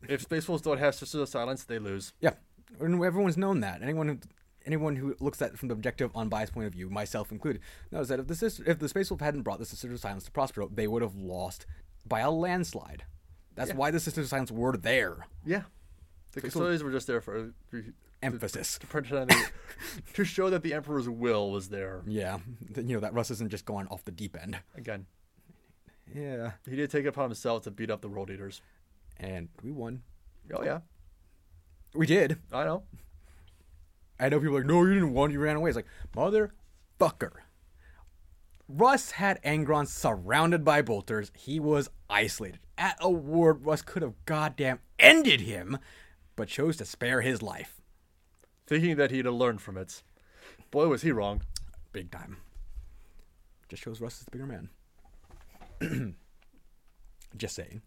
Speaker 2: if Space Wolves don't have Sisters of Silence, they lose.
Speaker 1: yeah. And everyone's known that. Anyone who. Anyone who looks at it from the objective, unbiased point of view, myself included, knows that if the sister, if the Space Wolf hadn't brought the Sisters of Silence to Prospero, they would have lost by a landslide. That's why the Sisters of Silence were there.
Speaker 2: Yeah. The custodians were just there for
Speaker 1: emphasis.
Speaker 2: to, pretend they- to show that the Emperor's will was there.
Speaker 1: Yeah, Th- you know that Russ isn't just going off the deep end.
Speaker 2: Again,
Speaker 1: Yeah,
Speaker 2: he did take it upon himself to beat up the World Eaters.
Speaker 1: and we won.
Speaker 2: Oh yeah,
Speaker 1: We did.
Speaker 2: I know.
Speaker 1: I know people are like, no, you didn't win. You ran away. It's like motherfucker. Russ had Angron surrounded by bolters. He was isolated. At a ward, Russ could have goddamn ended him, but chose to spare his life.
Speaker 2: Thinking that he'd have learned from it. Boy, was he wrong.
Speaker 1: Big time. Just shows Russ is the bigger man. Just saying.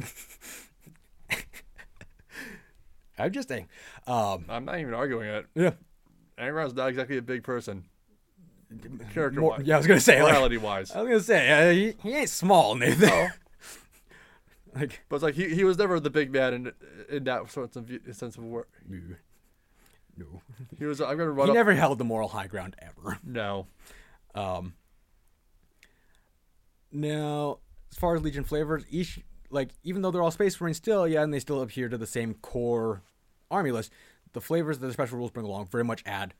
Speaker 1: I'm just saying. Um,
Speaker 2: I'm not even arguing it.
Speaker 1: yeah.
Speaker 2: Angron's not exactly a big person. Character
Speaker 1: More,
Speaker 2: wise,
Speaker 1: yeah, I was gonna say. Like,
Speaker 2: morality wise.
Speaker 1: I was gonna say uh, he, he ain't small, Nathan. like,
Speaker 2: But it's like he, he was never the big man in in that sort of view- sense of word.
Speaker 1: no, no. uh,
Speaker 2: He was. I'm gonna run
Speaker 1: He
Speaker 2: up.
Speaker 1: never held the moral high ground ever.
Speaker 2: no.
Speaker 1: Um, now, as far as Legion flavors, each like even though they're all Space Marines, still yeah, and they still adhere to the same core army list. The flavors that the special rules bring along very much add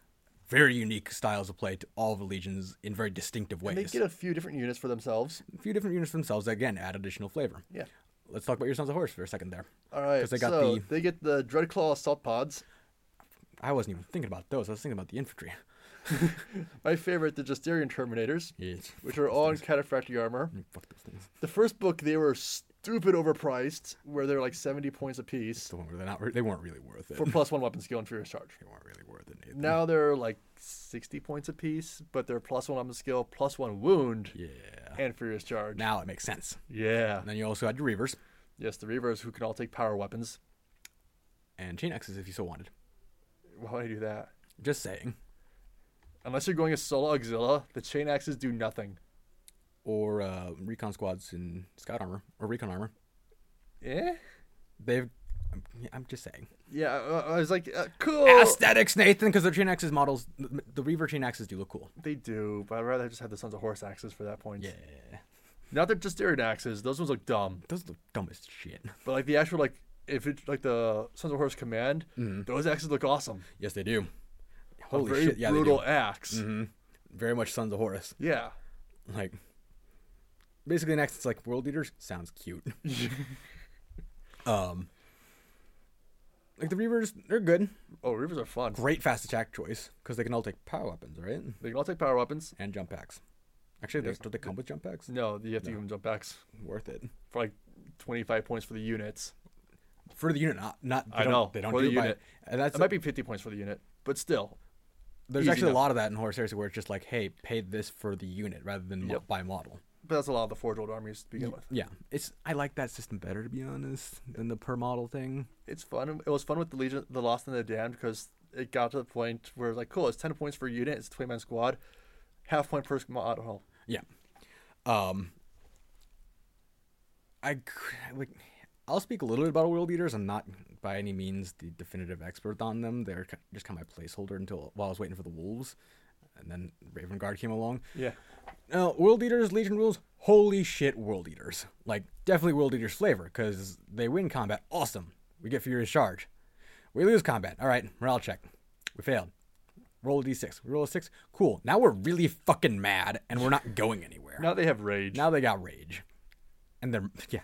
Speaker 1: very unique styles of play to all the legions in very distinctive ways.
Speaker 2: They get a few different units for themselves.
Speaker 1: a few different units themselves that, again add additional flavor.
Speaker 2: Yeah.
Speaker 1: Let's talk about your Sons of Horus for a second there.
Speaker 2: All right.
Speaker 1: 'Cause they got
Speaker 2: so
Speaker 1: the-
Speaker 2: they get the Dreadclaw assault pods.
Speaker 1: I wasn't even thinking about those. I was thinking about the infantry.
Speaker 2: My favorite, the Justerian Terminators,
Speaker 1: Yes. Mm.
Speaker 2: which are all in cataphractic armor.
Speaker 1: Fuck those things.
Speaker 2: The first book they were stupid overpriced, where they're like 70 points apiece
Speaker 1: The one where they're not. re- They weren't really worth it.
Speaker 2: for plus one weapon skill and furious charge.
Speaker 1: they weren't really worth it. Nathan.
Speaker 2: Now they're like 60 points apiece, but they're plus one weapon skill, plus one wound,
Speaker 1: Yeah.
Speaker 2: and furious charge.
Speaker 1: Now it makes sense.
Speaker 2: yeah.
Speaker 1: And then you also had your Reavers.
Speaker 2: Yes, the Reavers who can all take power weapons.
Speaker 1: and chain axes if you so wanted.
Speaker 2: Why would I do that?
Speaker 1: Just saying.
Speaker 2: Unless you're going as solo Auxilia, the chain axes do nothing.
Speaker 1: Or uh, recon squads in scout armor or recon armor.
Speaker 2: Eh?
Speaker 1: They've. I'm- I'm just saying.
Speaker 2: Yeah, uh, I was like, uh, cool.
Speaker 1: Aesthetics, Nathan, because their chain axes models, the, the Reaver chain axes do look cool.
Speaker 2: They do, but I'd rather just have the Sons of Horse axes for that point.
Speaker 1: Yeah.
Speaker 2: Not that just Irid axes; those ones look dumb.
Speaker 1: Those are the dumbest shit.
Speaker 2: But like the actual like, if it's like the Sons of Horse command, those axes look awesome.
Speaker 1: Yes, they do.
Speaker 2: A
Speaker 1: Mm-hmm. Holy
Speaker 2: very
Speaker 1: shit. Yeah,
Speaker 2: brutal
Speaker 1: they
Speaker 2: axe.
Speaker 1: do. Mhm. Very much Sons of Horus.
Speaker 2: Yeah.
Speaker 1: Like, basically, next it's like World Eaters. Sounds cute. um, like the Reavers, they're good.
Speaker 2: Oh, Reavers are fun.
Speaker 1: Great fast attack choice because they can all take power weapons, right?
Speaker 2: They can all take power weapons.
Speaker 1: And jump packs. Actually, there's- do they come with jump packs?
Speaker 2: No, you have to give them jump backs
Speaker 1: Worth it
Speaker 2: for like 25 points for the units.
Speaker 1: for the unit. Not not. They
Speaker 2: I
Speaker 1: don't,
Speaker 2: know,
Speaker 1: They don't
Speaker 2: for
Speaker 1: do
Speaker 2: the
Speaker 1: it by-
Speaker 2: unit.
Speaker 1: And that's
Speaker 2: It might be 50 points for the unit, but still.
Speaker 1: There's
Speaker 2: Easy
Speaker 1: actually
Speaker 2: enough.
Speaker 1: a lot of that in Horus Heresy where it's just like, hey, pay this for the unit rather than mo-
Speaker 2: Yep.
Speaker 1: by model.
Speaker 2: But that's a lot of the Forge World armies to begin with.
Speaker 1: Yeah, it's I like that system better to be honest than the per model thing.
Speaker 2: It's fun. It was fun with the Legion, the Lost and the Damned, because it got to the point where like, cool, it's 10 points per unit. It's 20 man squad, half point per model.
Speaker 1: Yeah, um, I c- like I'll speak a little bit about world eaters. I'm not by any means the definitive expert on them. They're ki- just kind of my placeholder until while I was waiting for the wolves, and then Raven Guard came along.
Speaker 2: Yeah.
Speaker 1: Now, World Eaters, Legion rules, holy shit, World Eaters. Like, definitely World Eaters flavor, because they win combat. Awesome. We get Furious Charge. We lose combat. All right, morale check. We failed. Roll a d6. We roll a six. Cool. Now we're really fucking mad, and we're not going anywhere.
Speaker 2: Now they have Rage. Now,
Speaker 1: Now they got rage. And they're, yeah.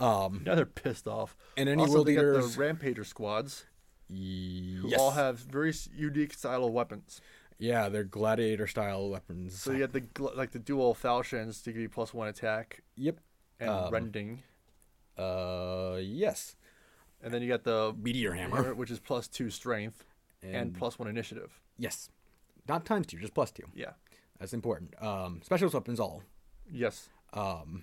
Speaker 1: Um,
Speaker 2: they're pissed off.
Speaker 1: And any
Speaker 2: also,
Speaker 1: World
Speaker 2: they got
Speaker 1: Eaters-
Speaker 2: the Rampager squads, who
Speaker 1: yes.
Speaker 2: all have very s- unique style of weapons.
Speaker 1: yeah, they're gladiator style weapons.
Speaker 2: So you get the gl- like the dual falchions to give you plus one attack
Speaker 1: yep.
Speaker 2: and
Speaker 1: Um,
Speaker 2: rending,
Speaker 1: Uh, yes.
Speaker 2: and then you got the
Speaker 1: Meteor hammer.
Speaker 2: hammer, which is plus two strength and,
Speaker 1: And-
Speaker 2: plus one initiative.
Speaker 1: Yes. Not times two, just plus two.
Speaker 2: Yeah.
Speaker 1: That's important. Um, specialist weapons all.
Speaker 2: Yes.
Speaker 1: Um,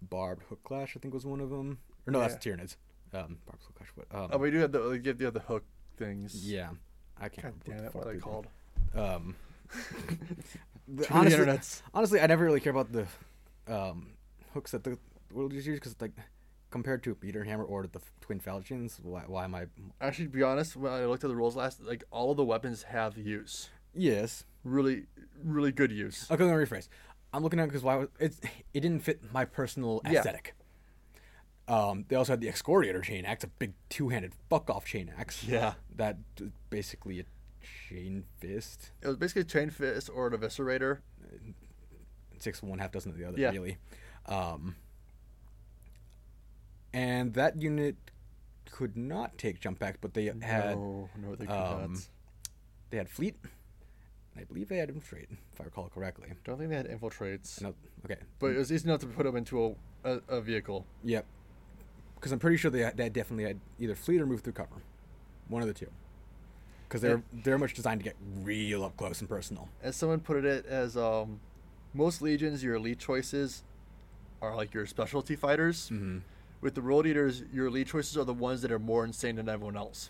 Speaker 1: barbed hook clash, I think was one of them. Or no, that's Tyranids. Um, barbed hook clash. What? Um,
Speaker 2: Oh, we do have the like, you have the hook things.
Speaker 1: yeah, I can't.
Speaker 2: God
Speaker 1: remember
Speaker 2: damn it!
Speaker 1: the
Speaker 2: What are they
Speaker 1: fuck
Speaker 2: called?
Speaker 1: they- Um, the-
Speaker 2: Too many
Speaker 1: honestly,
Speaker 2: internets.
Speaker 1: honestly, I never really care about the um, hooks that the world use because like compared to a beater hammer or the twin falchions, why, why am I?
Speaker 2: Actually, to be honest, when I looked at the rules last, like all of the weapons have use.
Speaker 1: Yes,
Speaker 2: Really, really good use.
Speaker 1: Okay, let me rephrase. I'm looking at because why was it's it didn't fit my personal
Speaker 2: Yeah.
Speaker 1: aesthetic. Um, they also had the Excoriator chain axe, a big two-handed fuck-off chain axe.
Speaker 2: Yeah.
Speaker 1: that d- basically a chain fist.
Speaker 2: It was basically a chain fist or an eviscerator.
Speaker 1: Six of one, half dozen of the other.
Speaker 2: Yeah.
Speaker 1: Really. Um, and that unit could not take jump back, but they had
Speaker 2: no, no, they could
Speaker 1: um,
Speaker 2: not.
Speaker 1: they had fleet. and I believe they had infiltrate, if I recall correctly.
Speaker 2: Don't think they had infiltrates.
Speaker 1: No, okay,
Speaker 2: But it was easy enough to put them into a, a, a vehicle.
Speaker 1: Yep. Because I'm pretty sure they they definitely had either fleet or move through cover, one of the two. Because they're they're much designed to get real up close and personal.
Speaker 2: as someone put it as um, most legions your elite choices are like your specialty fighters
Speaker 1: Mm-hmm.
Speaker 2: with the world eaters your elite choices are the ones that are more insane than everyone else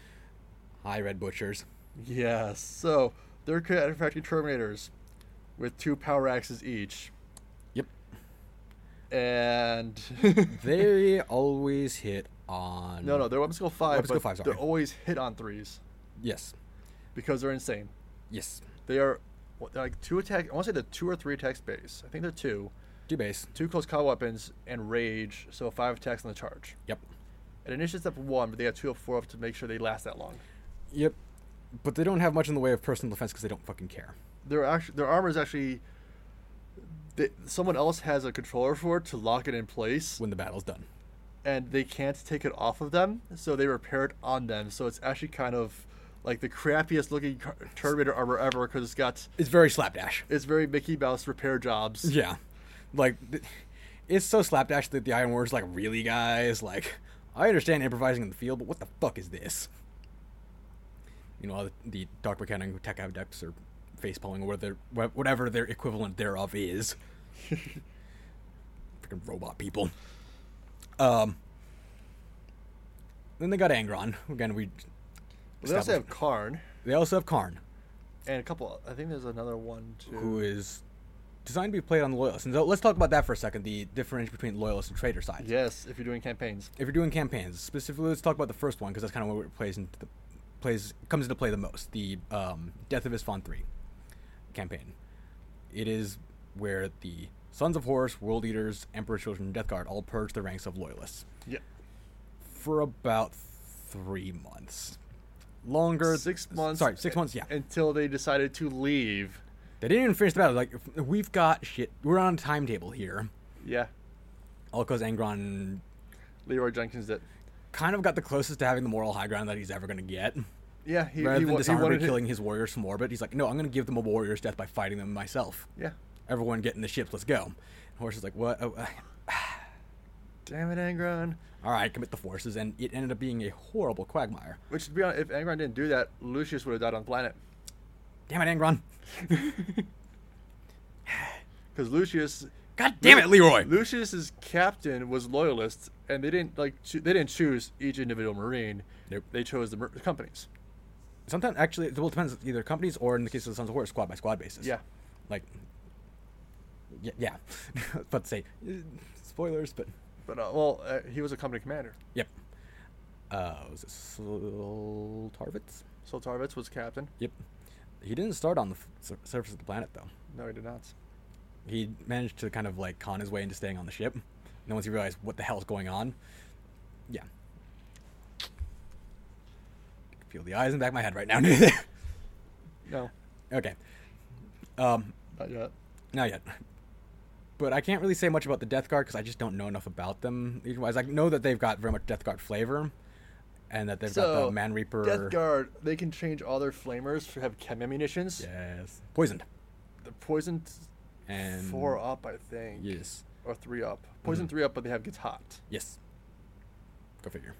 Speaker 1: High red butchers.
Speaker 2: yes so they're contracting terminators with two power axes each
Speaker 1: Yep.
Speaker 2: and
Speaker 1: They always hit on.
Speaker 2: no no their weapons go five
Speaker 1: Weapons go
Speaker 2: but
Speaker 1: five, sorry.
Speaker 2: they're always hit on threes
Speaker 1: Yes.
Speaker 2: because they're insane
Speaker 1: Yes.
Speaker 2: they are what, they're like two attack i want to say they're two or three attack base i think they're two
Speaker 1: Do base.
Speaker 2: two close combat weapons and rage, so five attacks on the charge.
Speaker 1: Yep.
Speaker 2: At initiative step one, but they got two up, four up to make sure they last that long.
Speaker 1: Yep. But they don't have much in the way of personal defense because they don't fucking care.
Speaker 2: Their actually their armor is actually. They, someone else has a controller for it to lock it in place,
Speaker 1: When the battle's done.
Speaker 2: and they can't take it off of them, so they repair it on them. So it's actually kind of like the crappiest looking car- Terminator armor ever because it's got
Speaker 1: It's very slapdash.
Speaker 2: it's very Mickey Mouse repair jobs.
Speaker 1: Yeah. Like, th- it's so slapdash that the Iron Warrior's like, really, guys? Like, I understand improvising in the field, but what the fuck is this? Meanwhile, the, the Dark Mechanic Tech Adepts are face pulling whatever, their- wh- whatever their equivalent thereof is. Freaking robot people. Um. Then they got Angron. Again, we.
Speaker 2: But they also
Speaker 1: established-
Speaker 2: have Karn.
Speaker 1: they also have Karn.
Speaker 2: and a couple. I think there's another one too.
Speaker 1: who is designed to be played on the loyalists. And so let's talk about that for a second. The difference between loyalist and traitor sides.
Speaker 2: Yes, if you're doing campaigns.
Speaker 1: If you're doing campaigns, specifically, let's talk about the first one because that's kind of where it plays into the, plays comes into play the most. The um, Death of Isfan three campaign. It is where the Sons of Horus, World Eaters, Emperor's Children, and Death Guard all purge the ranks of loyalists
Speaker 2: Yeah.
Speaker 1: for about three months. Longer,
Speaker 2: Six months.
Speaker 1: Sorry, six months. Yeah,
Speaker 2: Until they decided to leave.
Speaker 1: they didn't even finish the battle. Like we've got shit. We're on a timetable here.
Speaker 2: Yeah.
Speaker 1: All because Angron
Speaker 2: Leroy Jenkins did.
Speaker 1: kind of got the closest to having the moral high ground that he's ever going to get.
Speaker 2: Yeah. He,
Speaker 1: Rather
Speaker 2: he,
Speaker 1: than
Speaker 2: wa- he
Speaker 1: dishonorably
Speaker 2: wanted to-
Speaker 1: killing his warriors from orbit, he's like, no, I'm going to give them a warrior's death by fighting them myself.
Speaker 2: Yeah.
Speaker 1: Everyone get in the ships, let's go. And Horus is like, what? Oh, uh,
Speaker 2: Damn it, Angron.
Speaker 1: all right, commit the forces. And it ended up being a horrible quagmire.
Speaker 2: Which, to be honest, if Angron didn't do that, Lucius would have died on the planet.
Speaker 1: Damn it, Angron.
Speaker 2: Because Lucius,
Speaker 1: God damn it, Leroy.
Speaker 2: Lucius's captain was loyalist, and they didn't like cho- they didn't choose each individual marine.
Speaker 1: Nope.
Speaker 2: They chose the mer- companies.
Speaker 1: Sometimes, actually, it well, depends either companies or in the case of the Sons of Horus, squad by squad basis.
Speaker 2: Yeah.
Speaker 1: Like, yeah. yeah. I was about to say, eh, spoilers, but
Speaker 2: But uh, well, uh, he was a company commander.
Speaker 1: yep. Uh, was it Soltarvitz?
Speaker 2: Soltarvitz was captain.
Speaker 1: Yep. He didn't start on the f- sur- surface of the planet, though.
Speaker 2: No, he did not.
Speaker 1: He managed to kind of like con his way into staying on the ship. And then once he realized what the hell's going on, yeah. I can feel the eyes in the back of my head right now.
Speaker 2: No,
Speaker 1: okay. Um,
Speaker 2: not yet.
Speaker 1: not yet. But I can't really say much about the Death Guard because I just don't know enough about them. Wise, I know that they've got very much Death Guard flavor, and that they've got the Man Reaper.
Speaker 2: Death Guard. They can change all their flamers to have chem ammunitions.
Speaker 1: Yes, poisoned.
Speaker 2: They're poisoned
Speaker 1: And
Speaker 2: four up, I think.
Speaker 1: Yes. Mm-hmm.
Speaker 2: Or three up. Poison three up, but they have gets hot.
Speaker 1: Yes. Go figure.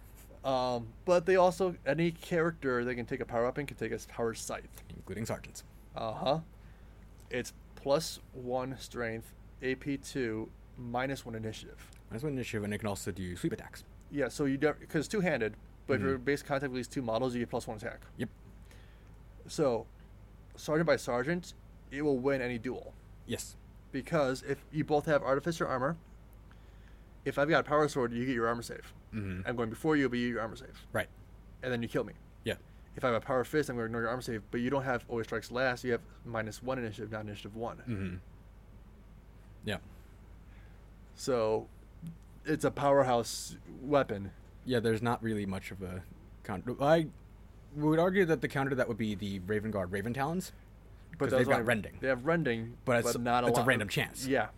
Speaker 2: Um, but they also any character that can take a power weapon can take a power scythe.
Speaker 1: Including sergeants.
Speaker 2: Uh huh. It's plus one strength, AP two, minus one initiative.
Speaker 1: Minus one initiative, and it can also do sweep attacks.
Speaker 2: Yeah, so you don't because two handed, but if you're base contact with these two models, you get plus one attack.
Speaker 1: Yep.
Speaker 2: So, sergeant by sergeant, it will win any duel
Speaker 1: Yes.
Speaker 2: because if you both have artificer armor, if I've got a power sword, you get your armor save.
Speaker 1: Mhm.
Speaker 2: I'm going before you, but you get your armor save,
Speaker 1: Right.
Speaker 2: and then you kill me.
Speaker 1: Yeah.
Speaker 2: If I have a power fist, I'm going to ignore your armor save, but you don't have always strikes last. You have minus one initiative, not initiative one.
Speaker 1: Mm-hmm. Yeah.
Speaker 2: So, it's a powerhouse weapon.
Speaker 1: Yeah. There's not really much of a counter. I would argue that the counter to that would be the Raven Guard Raven Talons,
Speaker 2: But
Speaker 1: because
Speaker 2: those
Speaker 1: they've got
Speaker 2: only-
Speaker 1: rending.
Speaker 2: They have rending,
Speaker 1: But it's-
Speaker 2: not a
Speaker 1: it's a
Speaker 2: lot-
Speaker 1: random chance.
Speaker 2: Yeah,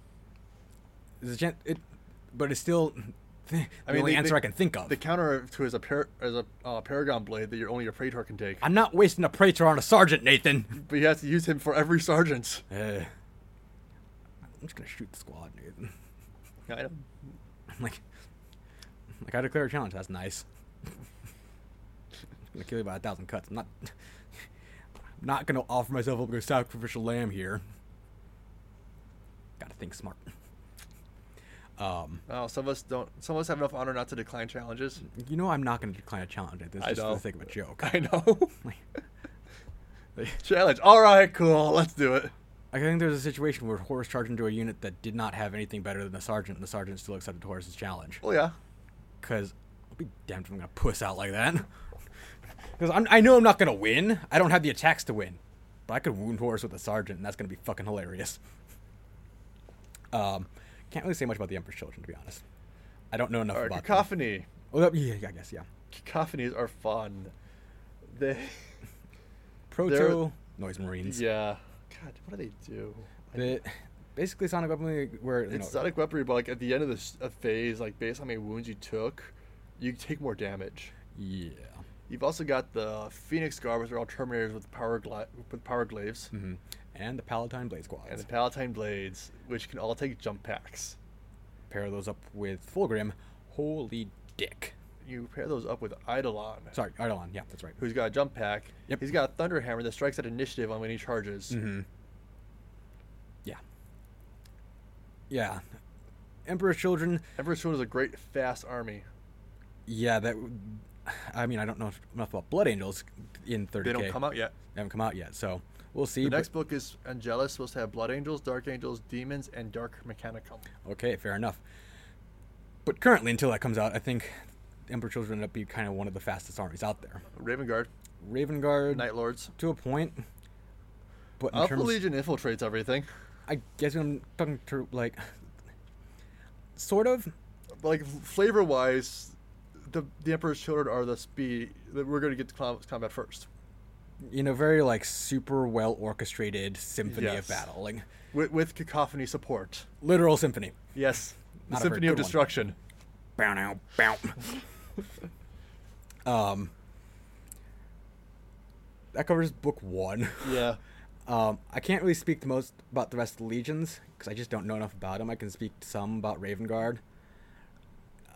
Speaker 1: There's a chan- it, but it's still the
Speaker 2: mean,
Speaker 1: only
Speaker 2: they-
Speaker 1: answer
Speaker 2: they-
Speaker 1: I can think of.
Speaker 2: the counter to is a par- is a uh, paragon blade that your only your praetor can take,
Speaker 1: I'm not wasting a praetor on a sergeant, Nathan.
Speaker 2: but you have to use him for every sergeant.
Speaker 1: Uh, I'm just gonna shoot the squad, Nathan.
Speaker 2: I know.
Speaker 1: I'm like, I'm like I declare a challenge. That's nice. I'm gonna kill you by a thousand cuts. I'm not, I'm not gonna offer myself up like a sacrificial lamb here. Gotta think smart. Um,
Speaker 2: Oh, some of us don't. Some of us have enough honor not to decline challenges.
Speaker 1: you know I'm not gonna decline a challenge. This is
Speaker 2: I
Speaker 1: just for
Speaker 2: know.
Speaker 1: the sake of a joke.
Speaker 2: I know.
Speaker 1: Like,
Speaker 2: Challenge. All right, cool. Let's do it.
Speaker 1: I think there's a situation where Horace charged into a unit that did not have anything better than the sergeant, and the sergeant still accepted Horace's challenge.
Speaker 2: Well, Oh, yeah.
Speaker 1: Because I'll be damned if I'm going to puss out like that. Because I know I'm not going to win. I don't have the attacks to win. But I could wound Horus with a sergeant, and that's going to be fucking hilarious. Um, can't really say much about the Emperor's Children, to be honest. I don't know enough
Speaker 2: All right.
Speaker 1: about them.
Speaker 2: Cacophony.
Speaker 1: Oh, that, yeah, yeah, I guess, yeah.
Speaker 2: Cacophonies are fun. They.
Speaker 1: Proto Noise Marines.
Speaker 2: Yeah. God, what do they do?
Speaker 1: The- basically, Sonic Weapon League, where, you
Speaker 2: It's
Speaker 1: know,
Speaker 2: static weaponry, but like at the end of this a phase, like based on how many wounds you took, you take more damage.
Speaker 1: yeah.
Speaker 2: You've also got the Phoenix Guard, which are all Terminators with power gla- with power glaives,
Speaker 1: hmm And the Palatine Blade Squads.
Speaker 2: and the Palatine Blades, which can all take jump packs.
Speaker 1: pair those up with Fulgrim. Holy dick.
Speaker 2: You pair those up with Eidolon,
Speaker 1: Sorry, Eidolon. Yeah, that's right.
Speaker 2: who's got a jump pack.
Speaker 1: Yep.
Speaker 2: He's got a Thunder Hammer that strikes at initiative on when he charges.
Speaker 1: Mm-hmm. Yeah. Yeah. Emperor's Children.
Speaker 2: Emperor's Shield is a great fast army.
Speaker 1: Yeah, that. w- I mean, I don't know enough about Blood Angels in 30K.
Speaker 2: They don't come out yet.
Speaker 1: They haven't come out yet, so We'll see.
Speaker 2: The
Speaker 1: but-
Speaker 2: next book is Angelus, supposed to have blood angels, dark angels, demons, and dark mechanicum.
Speaker 1: Okay, fair enough. But currently, until that comes out, I think Emperor Children end up being kind of one of the fastest armies out there.
Speaker 2: Raven Guard,
Speaker 1: Raven Guard,
Speaker 2: Night Lords.
Speaker 1: to a point. But in
Speaker 2: Alpha
Speaker 1: terms,
Speaker 2: Legion infiltrates everything.
Speaker 1: I guess I'm talking to like, sort of.
Speaker 2: But like flavor wise, the the Emperor's Children are the speed that we're going to get to com- combat first.
Speaker 1: In a very like super well orchestrated symphony
Speaker 2: Yes.
Speaker 1: of battle, like
Speaker 2: with, with cacophony support.
Speaker 1: literal symphony.
Speaker 2: Yes, the
Speaker 1: Not a very
Speaker 2: Symphony of
Speaker 1: good one.
Speaker 2: Destruction.
Speaker 1: Bow now, bow. um, that covers book one.
Speaker 2: Yeah,
Speaker 1: Um, I can't really speak the most about the rest of the legions because I just don't know enough about them. I can speak some about Raven Guard.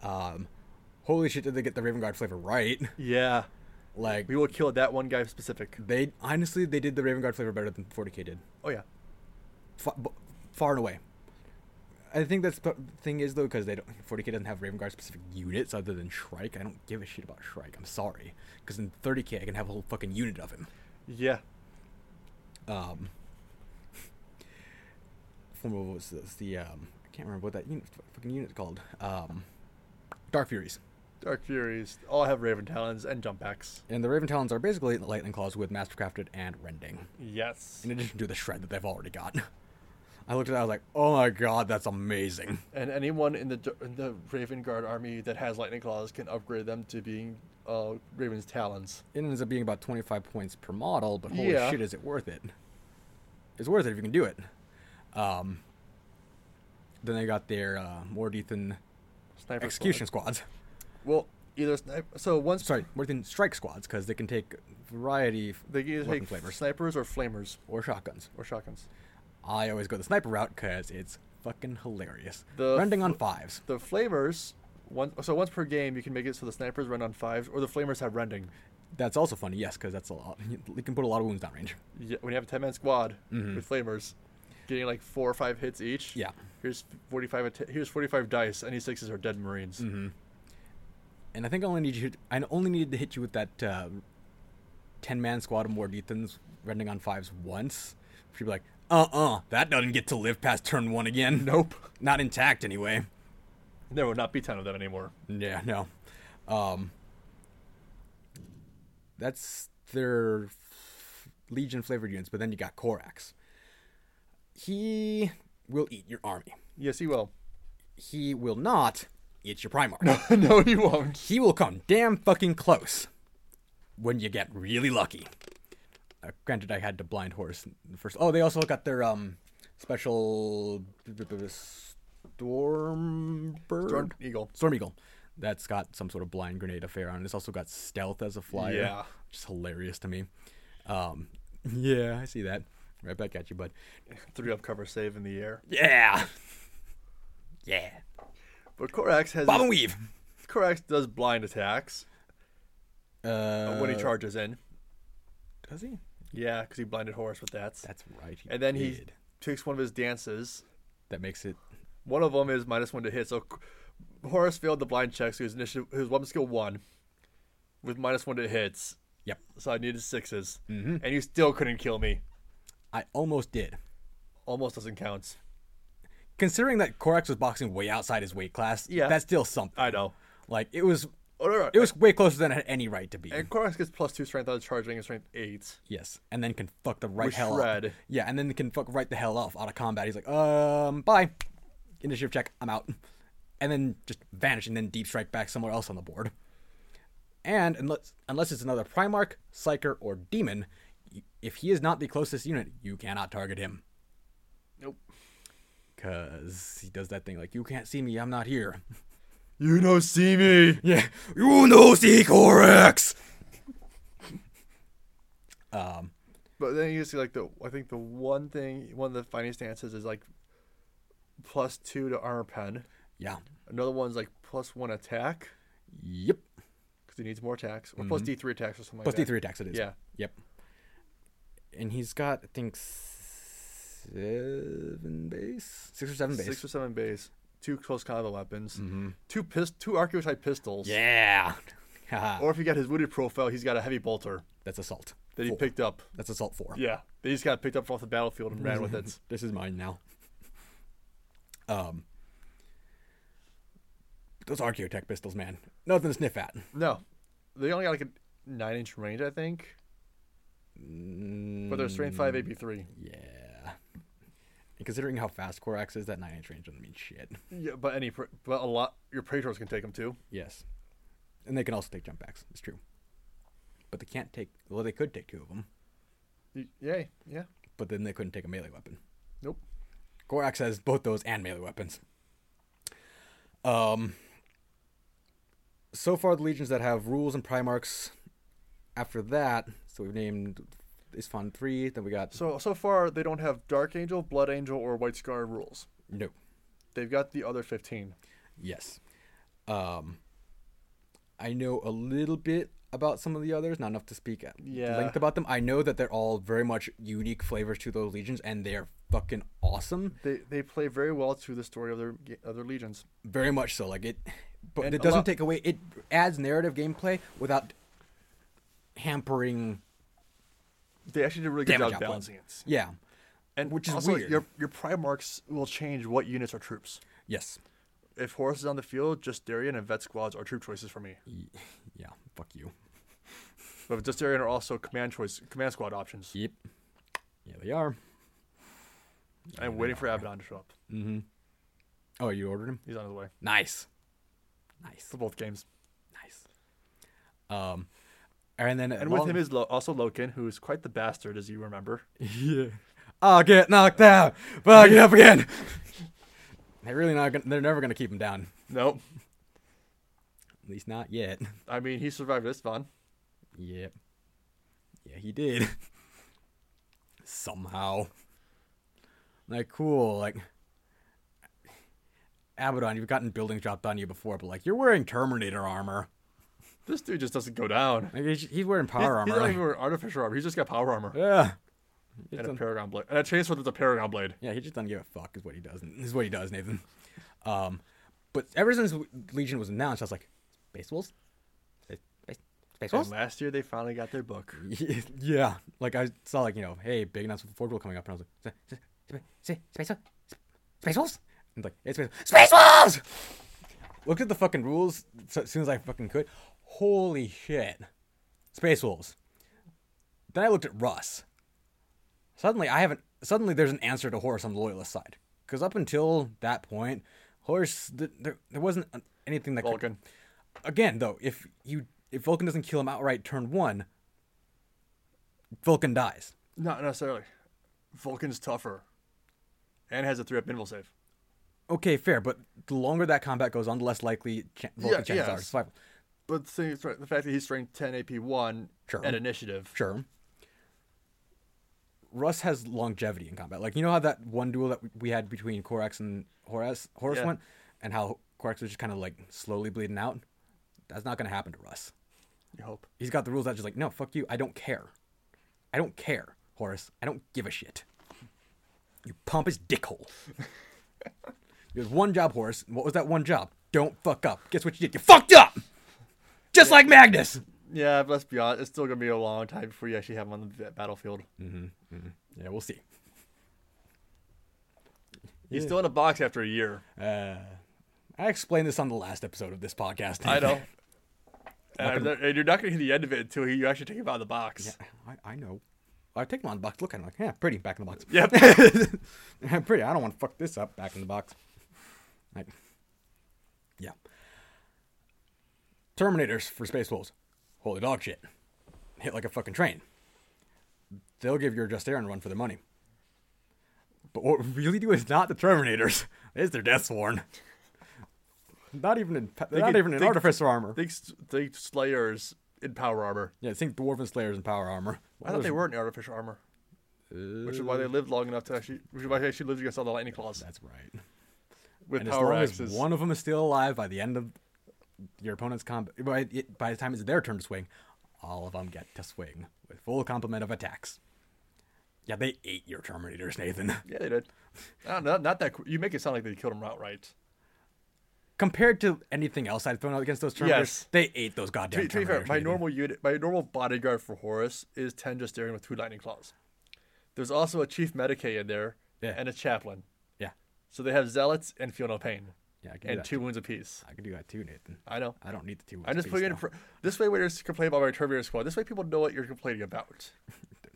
Speaker 1: Um, holy shit, did they get the Raven Guard flavor right?
Speaker 2: yeah.
Speaker 1: Like
Speaker 2: We will kill that one guy specific.
Speaker 1: they honestly, they did the Raven Guard flavor better than 40k did,
Speaker 2: Oh yeah,
Speaker 1: Fa- b- far and away. I think that's the thing is though because they don't 40k doesn't have Raven Guard specific units other than Shrike. I don't give a shit about Shrike. I'm sorry because in 30k I can have a whole fucking unit of him.
Speaker 2: yeah.
Speaker 1: um former what was this the um I can't remember what that unit fucking unit's called um Dark Furies
Speaker 2: Dark Furies all have Raven Talons and jump backs.
Speaker 1: and the Raven Talons are basically lightning claws with mastercrafted and rending
Speaker 2: Yes,
Speaker 1: in addition to the shred that they've already got. I looked at that I was like oh my god that's amazing.
Speaker 2: and anyone in the d- in the Raven Guard army that has lightning claws can upgrade them to being uh, Raven's Talons.
Speaker 1: It ends up being about 25 points per model but holy
Speaker 2: Yeah.
Speaker 1: shit is it worth it? It's worth it if you can do it. Um then they got their uh, Mordethan
Speaker 2: Sniper
Speaker 1: execution squads.
Speaker 2: Squad. Well, either sniper. So once
Speaker 1: sorry, more than strike squads because they can take variety f-
Speaker 2: they can either
Speaker 1: Weapon
Speaker 2: take
Speaker 1: flavors.
Speaker 2: snipers or flamers
Speaker 1: or shotguns.
Speaker 2: or shotguns.
Speaker 1: I always go the sniper route because it's fucking hilarious.
Speaker 2: The
Speaker 1: Rending on
Speaker 2: fl-
Speaker 1: fives.
Speaker 2: The flamers. One, so once per game, you can make it so the snipers run on fives, or the flamers have rending.
Speaker 1: That's also funny, yes, because that's a lot. You can put a lot of wounds down range.
Speaker 2: yeah, when you have a 10 man squad
Speaker 1: Mhm.
Speaker 2: with flamers, getting like four or five hits each.
Speaker 1: Yeah.
Speaker 2: Here's 45 att- here's 45 dice. Any sixes are dead marines.
Speaker 1: Mm-hmm. And I think I only need you. I only needed to hit you with that uh, ten-man squad of Mordethans rending on fives once. She'd be like, "Uh-uh, that doesn't get to live past turn one again.
Speaker 2: Nope.
Speaker 1: Not intact anyway."
Speaker 2: There will not be 10 of them anymore.
Speaker 1: Yeah, no. Um, that's their f- Legion flavored units, but then you got Korax. He will eat your army.
Speaker 2: Yes, he will.
Speaker 1: He will not eat your Primarch.
Speaker 2: no, he won't.
Speaker 1: He will come damn fucking close when you get really lucky. Uh, granted, I had to blind horse in the first. Oh, they also got their um special storm bird.
Speaker 2: Storm Eagle.
Speaker 1: Storm Eagle. That's got some sort of blind grenade affair on it. It's also got stealth as a flyer.
Speaker 2: Yeah.
Speaker 1: Which is hilarious to me. Um, yeah, I see that. Right back at you, bud.
Speaker 2: Three up cover save in the air.
Speaker 1: Yeah. Yeah.
Speaker 2: But Korax has.
Speaker 1: Bob and Weave.
Speaker 2: Korax does blind attacks
Speaker 1: Uh,
Speaker 2: when Oh, he charges in.
Speaker 1: Does he?
Speaker 2: Yeah, because he blinded Horus with that.
Speaker 1: That's right.
Speaker 2: And then he
Speaker 1: did.
Speaker 2: takes one of his dances.
Speaker 1: That makes it.
Speaker 2: One of them is minus one to hit. So Horus failed the blind check, so his initiative, his weapon skill one, with minus one to hits.
Speaker 1: Yep.
Speaker 2: So I needed 6s and you still couldn't kill me.
Speaker 1: I almost did.
Speaker 2: Almost doesn't count.
Speaker 1: Considering that Korax was boxing way outside his weight class,
Speaker 2: Yeah.
Speaker 1: that's still something.
Speaker 2: I know.
Speaker 1: Like, it was.
Speaker 2: Oh, no, no.
Speaker 1: It was way closer than it had any right to be.
Speaker 2: and Korax gets plus two strength out of charging and strength eight.
Speaker 1: Yes, and then can fuck the right
Speaker 2: With
Speaker 1: hell up.
Speaker 2: shred.
Speaker 1: Yeah, and then can fuck right the hell off out of combat. He's like, um, bye, initiative check, I'm out, and then just vanish, and then deep strike back somewhere else on the board. And unless unless it's another Primarch, Psyker, or Demon, y- if he is not the closest unit, you cannot target him
Speaker 2: Nope.
Speaker 1: because he does that thing like, you can't see me, I'm not here.
Speaker 2: You don't see me.
Speaker 1: Yeah, you know, see Corex. um,
Speaker 2: But then you see like the I think the one thing one of the fighting stances is like plus two to armor pen.
Speaker 1: yeah,
Speaker 2: Another one's like plus one attack
Speaker 1: yep,
Speaker 2: because he needs more attacks or plus D three attacks or something.
Speaker 1: Mm-hmm. plus
Speaker 2: like
Speaker 1: D
Speaker 2: that.
Speaker 1: three attacks it is.
Speaker 2: Yeah.
Speaker 1: Yep. And he's got, I think, seven base, six or seven base. Mm-hmm.
Speaker 2: Six or seven base, two close combat weapons, two pist- two archetype pistols.
Speaker 1: yeah, Haha.
Speaker 2: Or if you got his wooded profile, he's got a heavy bolter
Speaker 1: That's assault.
Speaker 2: that he
Speaker 1: Four.
Speaker 2: picked up.
Speaker 1: That's assault four.
Speaker 2: Yeah, they just got picked up off the battlefield and ran with it.
Speaker 1: This is mine now. Um, those Archaeotech pistols, man, nothing to sniff at.
Speaker 2: No, they only got like a nine-inch range, I think. But they're strength five
Speaker 1: Mm.
Speaker 2: AP3.
Speaker 1: Yeah. And considering how fast Korax is, that nine inch range doesn't mean shit.
Speaker 2: Yeah, but any, pr- but a lot your praetors can take them too.
Speaker 1: Yes. And they can also take jump backs. It's true. But they can't take. Well, they could take two of them,
Speaker 2: Y- Yay, yeah.
Speaker 1: but then they couldn't take a melee weapon.
Speaker 2: Nope.
Speaker 1: Korax has both those and melee weapons. Um. So far, the legions that have rules and primarchs. After that, so we've named Isfan three. Then we got
Speaker 2: So so far they don't have Dark Angel, Blood Angel, or White Scar rules.
Speaker 1: no.
Speaker 2: They've got the other fifteen.
Speaker 1: Yes. Um, I know a little bit about some of the others, not enough to speak at
Speaker 2: Yeah.
Speaker 1: length about them. I know that they're all very much unique flavors to those legions, and they're fucking awesome.
Speaker 2: They they play very well to the story of their ga- of their legions.
Speaker 1: Very much so. Like it, but
Speaker 2: And
Speaker 1: it
Speaker 2: a
Speaker 1: doesn't
Speaker 2: lot-
Speaker 1: take away. It adds narrative gameplay without hampering.
Speaker 2: They actually did a really good
Speaker 1: Damage
Speaker 2: job
Speaker 1: output.
Speaker 2: balancing it.
Speaker 1: Yeah.
Speaker 2: And
Speaker 1: Which is
Speaker 2: also,
Speaker 1: weird.
Speaker 2: Your your primarchs will change what units are troops.
Speaker 1: Yes.
Speaker 2: If Horus is on the field, just Darian and Vet Squads are troop choices for me.
Speaker 1: Y- Yeah. Fuck you.
Speaker 2: But just Darian are also command choice command squad options.
Speaker 1: Yep. Yeah, they are.
Speaker 2: I'm waiting for Abaddon to show up.
Speaker 1: Mm-hmm. Oh, you ordered him?
Speaker 2: He's on his way
Speaker 1: Nice. Nice.
Speaker 2: for both games.
Speaker 1: Nice. Um, and then
Speaker 2: And with him is Lo- also Loken, who is quite the bastard, as you remember.
Speaker 1: yeah. I'll get knocked down, but I'll get up again. they're really not. Gonna, they're never gonna keep him down.
Speaker 2: Nope.
Speaker 1: At least not yet.
Speaker 2: I mean, he survived Istvan.
Speaker 1: Yep. Yeah, he did. Somehow. Like, cool. Like, Abaddon, you've gotten buildings dropped on you before, but like, you're wearing Terminator armor.
Speaker 2: This dude just doesn't go down.
Speaker 1: Like, he's, he's wearing
Speaker 2: He's,
Speaker 1: power
Speaker 2: he's
Speaker 1: armor.
Speaker 2: not even wearing artificial armor. He's just got power armor
Speaker 1: yeah. He
Speaker 2: and a
Speaker 1: doesn't-
Speaker 2: paragon blade, and a chainsaw that's a paragon blade.
Speaker 1: Yeah, he just doesn't give a fuck. Is what he does. Is what he does, Nathan. Um, but ever since Legion was announced, I was like, Space Wolves, Space, Space- Space
Speaker 2: And
Speaker 1: Wolves.
Speaker 2: last year they finally got their book.
Speaker 1: yeah, like I saw, like you know, hey, big announcement for Forge World coming up, and I was like, "S- s- s- Space Wolves, Space Wolves, and like it's Space, Space Wolves. Looked at the fucking rules so- as soon as I fucking could. Holy shit, Space Wolves. Then I looked at Russ. Suddenly, I haven't. Suddenly, there's an answer to Horus on the loyalist side. Because up until that point, Horus, th- there, there wasn't uh, anything that could
Speaker 2: Vulcan.
Speaker 1: again though if you if vulcan doesn't kill him outright turn one vulcan dies
Speaker 2: Not necessarily. Vulcan's tougher, and has a three-up invul save.
Speaker 1: okay fair but the longer that combat goes on the less likely cha- vulcan
Speaker 2: Yeah,
Speaker 1: chances
Speaker 2: yeah.
Speaker 1: are to survive
Speaker 2: But the, thing, is, right, the fact that he's strength 10 AP one
Speaker 1: Sure.
Speaker 2: at initiative.
Speaker 1: sure russ has longevity in combat like you know how that one duel that we- we had between korax and horace horace
Speaker 2: Yeah.
Speaker 1: went and how korax was just kind of like slowly bleeding out that's not going to happen to russ
Speaker 2: You hope.
Speaker 1: he's got the rules that just like no fuck you i don't care i don't care horace i don't give a shit you pompous dickhole you had one job horace what was that one job don't fuck up guess what you did you fucked up just like magnus
Speaker 2: Yeah, but let's be honest. It's still gonna be a long time before you actually have him on the battlefield.
Speaker 1: yeah we'll see
Speaker 2: He's still in a box after a year.
Speaker 1: uh, i explained this on the last episode of this podcast
Speaker 2: I know. and, I'm not- and you're not gonna hit the end of it until you actually take him out of the box.
Speaker 1: I, I know i take him on the box look at him like yeah pretty back in the box
Speaker 2: Yep.
Speaker 1: pretty. I don't want to fuck this up. Back in the box. Like, yeah. Terminators for Space Wolves. Holy dog shit. Hit like a fucking train. They'll give your just air and run for their money. But what we really do is not the Terminators. It's their Death Sworn. Not even in they're not
Speaker 2: could-
Speaker 1: even in
Speaker 2: they-
Speaker 1: artificer armor.
Speaker 2: Think, s- think Slayers in power armor.
Speaker 1: yeah, think dwarven slayers in power armor.
Speaker 2: I thought they were in artificial armor, which is why they lived long enough to actually, which is why they actually lived against all the lightning claws
Speaker 1: That's right.
Speaker 2: with
Speaker 1: and as
Speaker 2: power
Speaker 1: long as
Speaker 2: axes.
Speaker 1: one of them is still alive by the end of your opponent's combat, by, it- by the time it's their turn to swing, all of them get to swing with full complement of attacks. Yeah, they ate your Terminators, Nathan.
Speaker 2: Yeah, they did. I don't know, not that. qu- You make it sound like they killed him outright.
Speaker 1: compared to anything else I've thrown out against those Terminators,
Speaker 2: Yes.
Speaker 1: they ate those goddamn
Speaker 2: To, to be fair,
Speaker 1: Terminators.
Speaker 2: my
Speaker 1: dude.
Speaker 2: normal unit, my normal bodyguard for Horus is Tengesterian with two lightning claws. There's also a chief medicae in there
Speaker 1: Yeah.
Speaker 2: and a chaplain.
Speaker 1: yeah,
Speaker 2: So they have zealots and feel no pain,
Speaker 1: yeah, I can do
Speaker 2: and
Speaker 1: that.
Speaker 2: two wounds apiece.
Speaker 1: I can do that too, Nathan.
Speaker 2: I know.
Speaker 1: I don't need the two.
Speaker 2: I'm just putting it in. Pr- this way, waiters complain about my Terminator squad. This way, people know what you're complaining about.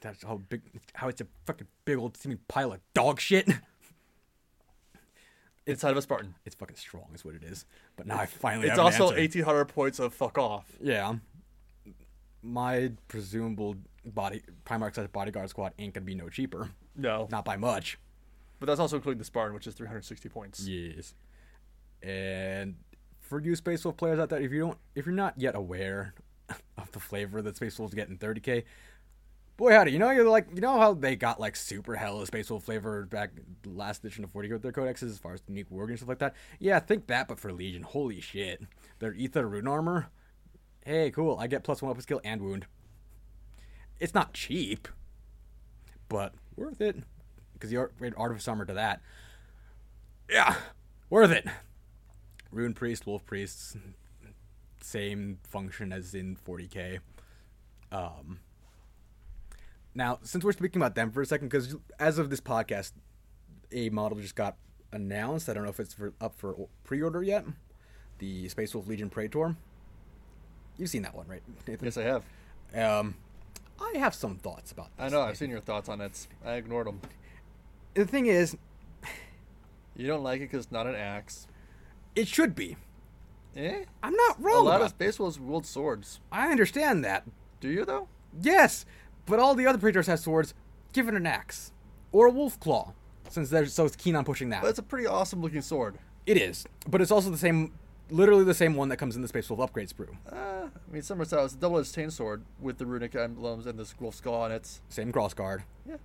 Speaker 1: That's how big, how it's a fucking big old steaming pile of dog shit.
Speaker 2: Inside of a Spartan.
Speaker 1: It's fucking strong, is what it is. But now I finally
Speaker 2: It's
Speaker 1: have
Speaker 2: also
Speaker 1: an answer.
Speaker 2: 1,800 points of fuck off.
Speaker 1: Yeah, my presumable body Primarch slash bodyguard squad ain't gonna be no cheaper.
Speaker 2: No,
Speaker 1: Not by much.
Speaker 2: but that's also including the Spartan, which is 360 points.
Speaker 1: Yes. And for you Space Wolf players out there, if you don't if you're not yet aware of the flavor that Space Wolves get in 30k, boy howdy, you know you're like you know how they got like super hella Space Wolf flavor back last edition of 40 with their codexes as far as unique wargame and stuff like that? Yeah, think that but for Legion. Holy shit. Their Ether rune armor. Hey, cool. I get plus one weapon skill and wound. It's not cheap, but worth it. Because you upgrade Artifice Armor to that. Yeah, worth it. Rune Priest, Wolf Priests, same function as in 40k. Um, now, since we're speaking about them for a second, because as of this podcast, a model just got announced. I don't know if it's for, up for pre order yet. The Space Wolf Legion Praetor. You've seen that one, right, Nathan?
Speaker 2: Yes, I have.
Speaker 1: Um, I have some thoughts about this.
Speaker 2: I know. I've seen your thoughts on it. I ignored them.
Speaker 1: The thing is,
Speaker 2: You don't like it because it's not an axe.
Speaker 1: it should be.
Speaker 2: Eh?
Speaker 1: I'm not
Speaker 2: A
Speaker 1: wrong.
Speaker 2: lot
Speaker 1: about
Speaker 2: of space wolves wield swords.
Speaker 1: I understand that.
Speaker 2: Do you though?
Speaker 1: Yes, but all the other preachers have swords. Give it an axe or a wolf claw, since they're so keen on pushing that.
Speaker 2: But it's a pretty awesome looking sword.
Speaker 1: It is, but it's also the same, literally the same one that comes in the Space Wolf upgrade sprue.
Speaker 2: Uh, I mean, similar style. It's a double-edged chain sword with the runic emblems and this wolf skull on it.
Speaker 1: Same cross guard.
Speaker 2: Yeah.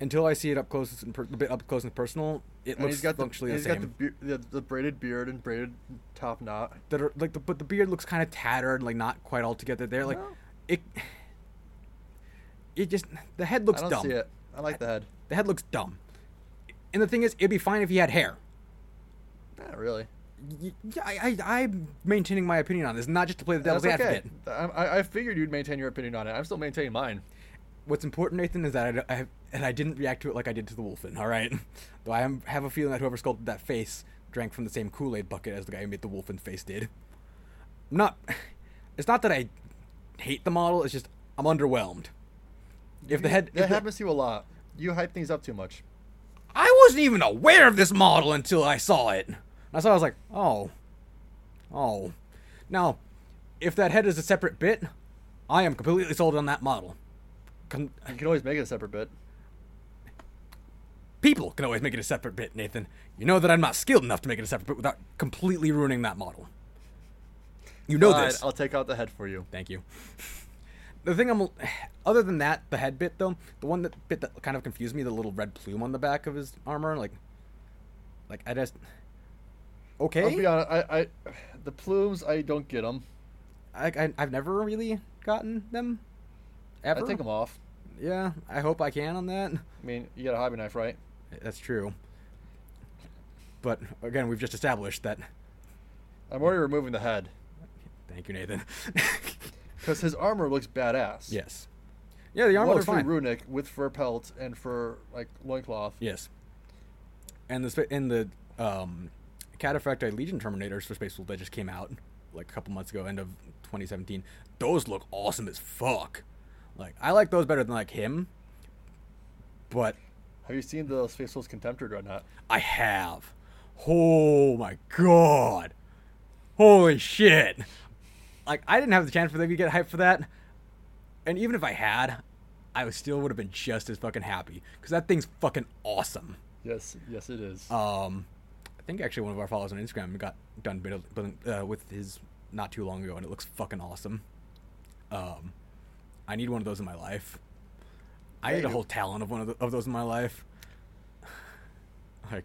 Speaker 1: Until I see it up close, and per- a bit up close and personal, it
Speaker 2: And
Speaker 1: looks
Speaker 2: he's got the
Speaker 1: functionally
Speaker 2: he's
Speaker 1: the same.
Speaker 2: got the, beard, the the braided beard and braided top knot.
Speaker 1: that are like the but the beard looks kind of tattered, like not quite all together there. Like
Speaker 2: No.
Speaker 1: it, it just the head looks
Speaker 2: I don't
Speaker 1: dumb.
Speaker 2: see it. I like the head.
Speaker 1: The head looks dumb. And the thing is, it'd be fine if he had hair.
Speaker 2: Not really.
Speaker 1: Y- y- I, I, am maintaining my opinion on this, not just to play the
Speaker 2: That's
Speaker 1: devil's
Speaker 2: okay.
Speaker 1: advocate.
Speaker 2: I, I- I figured you'd maintain your opinion on it. I'm still maintaining mine.
Speaker 1: What's important, Nathan, is that I, d- I have- and I didn't react to it like I did to the wolfin. All right, though I am, have a feeling that whoever sculpted that face drank from the same Kool Aid bucket as the guy who made the wolfin face did. I'm not. It's not that I hate the model. It's just I'm underwhelmed. If the head,
Speaker 2: That
Speaker 1: if the-
Speaker 2: happens to you a lot. You hype things up too much.
Speaker 1: I wasn't even aware of this model until I saw it. And I saw it, I was like, oh. Oh. Now, if that head is a separate bit, I am completely sold on that model. Con-
Speaker 2: You can always make it a separate bit.
Speaker 1: People can always make it a separate bit, Nathan. You know that I'm not skilled enough to make it a separate bit without completely ruining that model. You know
Speaker 2: Fine,
Speaker 1: this.
Speaker 2: I'll take out the head for you.
Speaker 1: Thank you. The thing I'm, other than that, the head bit though, the one that bit that kind of confused me, the little red plume on the back of his armor, like, like I just, okay,
Speaker 2: I'll be honest. I, I the plumes. I don't get them.
Speaker 1: I, I I've never really gotten them, ever.
Speaker 2: I take them off.
Speaker 1: Yeah, I hope I can on that.
Speaker 2: I mean, you got a hobby knife, right?
Speaker 1: That's true. But again, we've just established that.
Speaker 2: I'm already removing the head
Speaker 1: Thank you, Nathan.
Speaker 2: because his armor looks badass.
Speaker 1: yes. Yeah, the armor was
Speaker 2: Wonderfully
Speaker 1: fine.
Speaker 2: runic with fur pelt and fur like loincloth.
Speaker 1: Yes. And the spa- and the um, Cataphracti Legion Terminators for Space Wolf that just came out like a couple months ago, end of 2017. Those look awesome as fuck. Like I like those better than like him, but
Speaker 2: Have you seen the Space Wolves Contemptor or not?
Speaker 1: I have. Oh my god! Holy shit! Like I didn't have the chance for them to get hyped for that, and even if I had, I would still would have been just as fucking happy because that thing's fucking awesome.
Speaker 2: Yes, yes, it is.
Speaker 1: Um, I think actually one of our followers on Instagram got done build- building- uh, with his not too long ago, and it looks fucking awesome. Um, I need one of those in my life. I
Speaker 2: Yeah,
Speaker 1: need a
Speaker 2: you-
Speaker 1: whole talent of one of, the, of those in my life. like,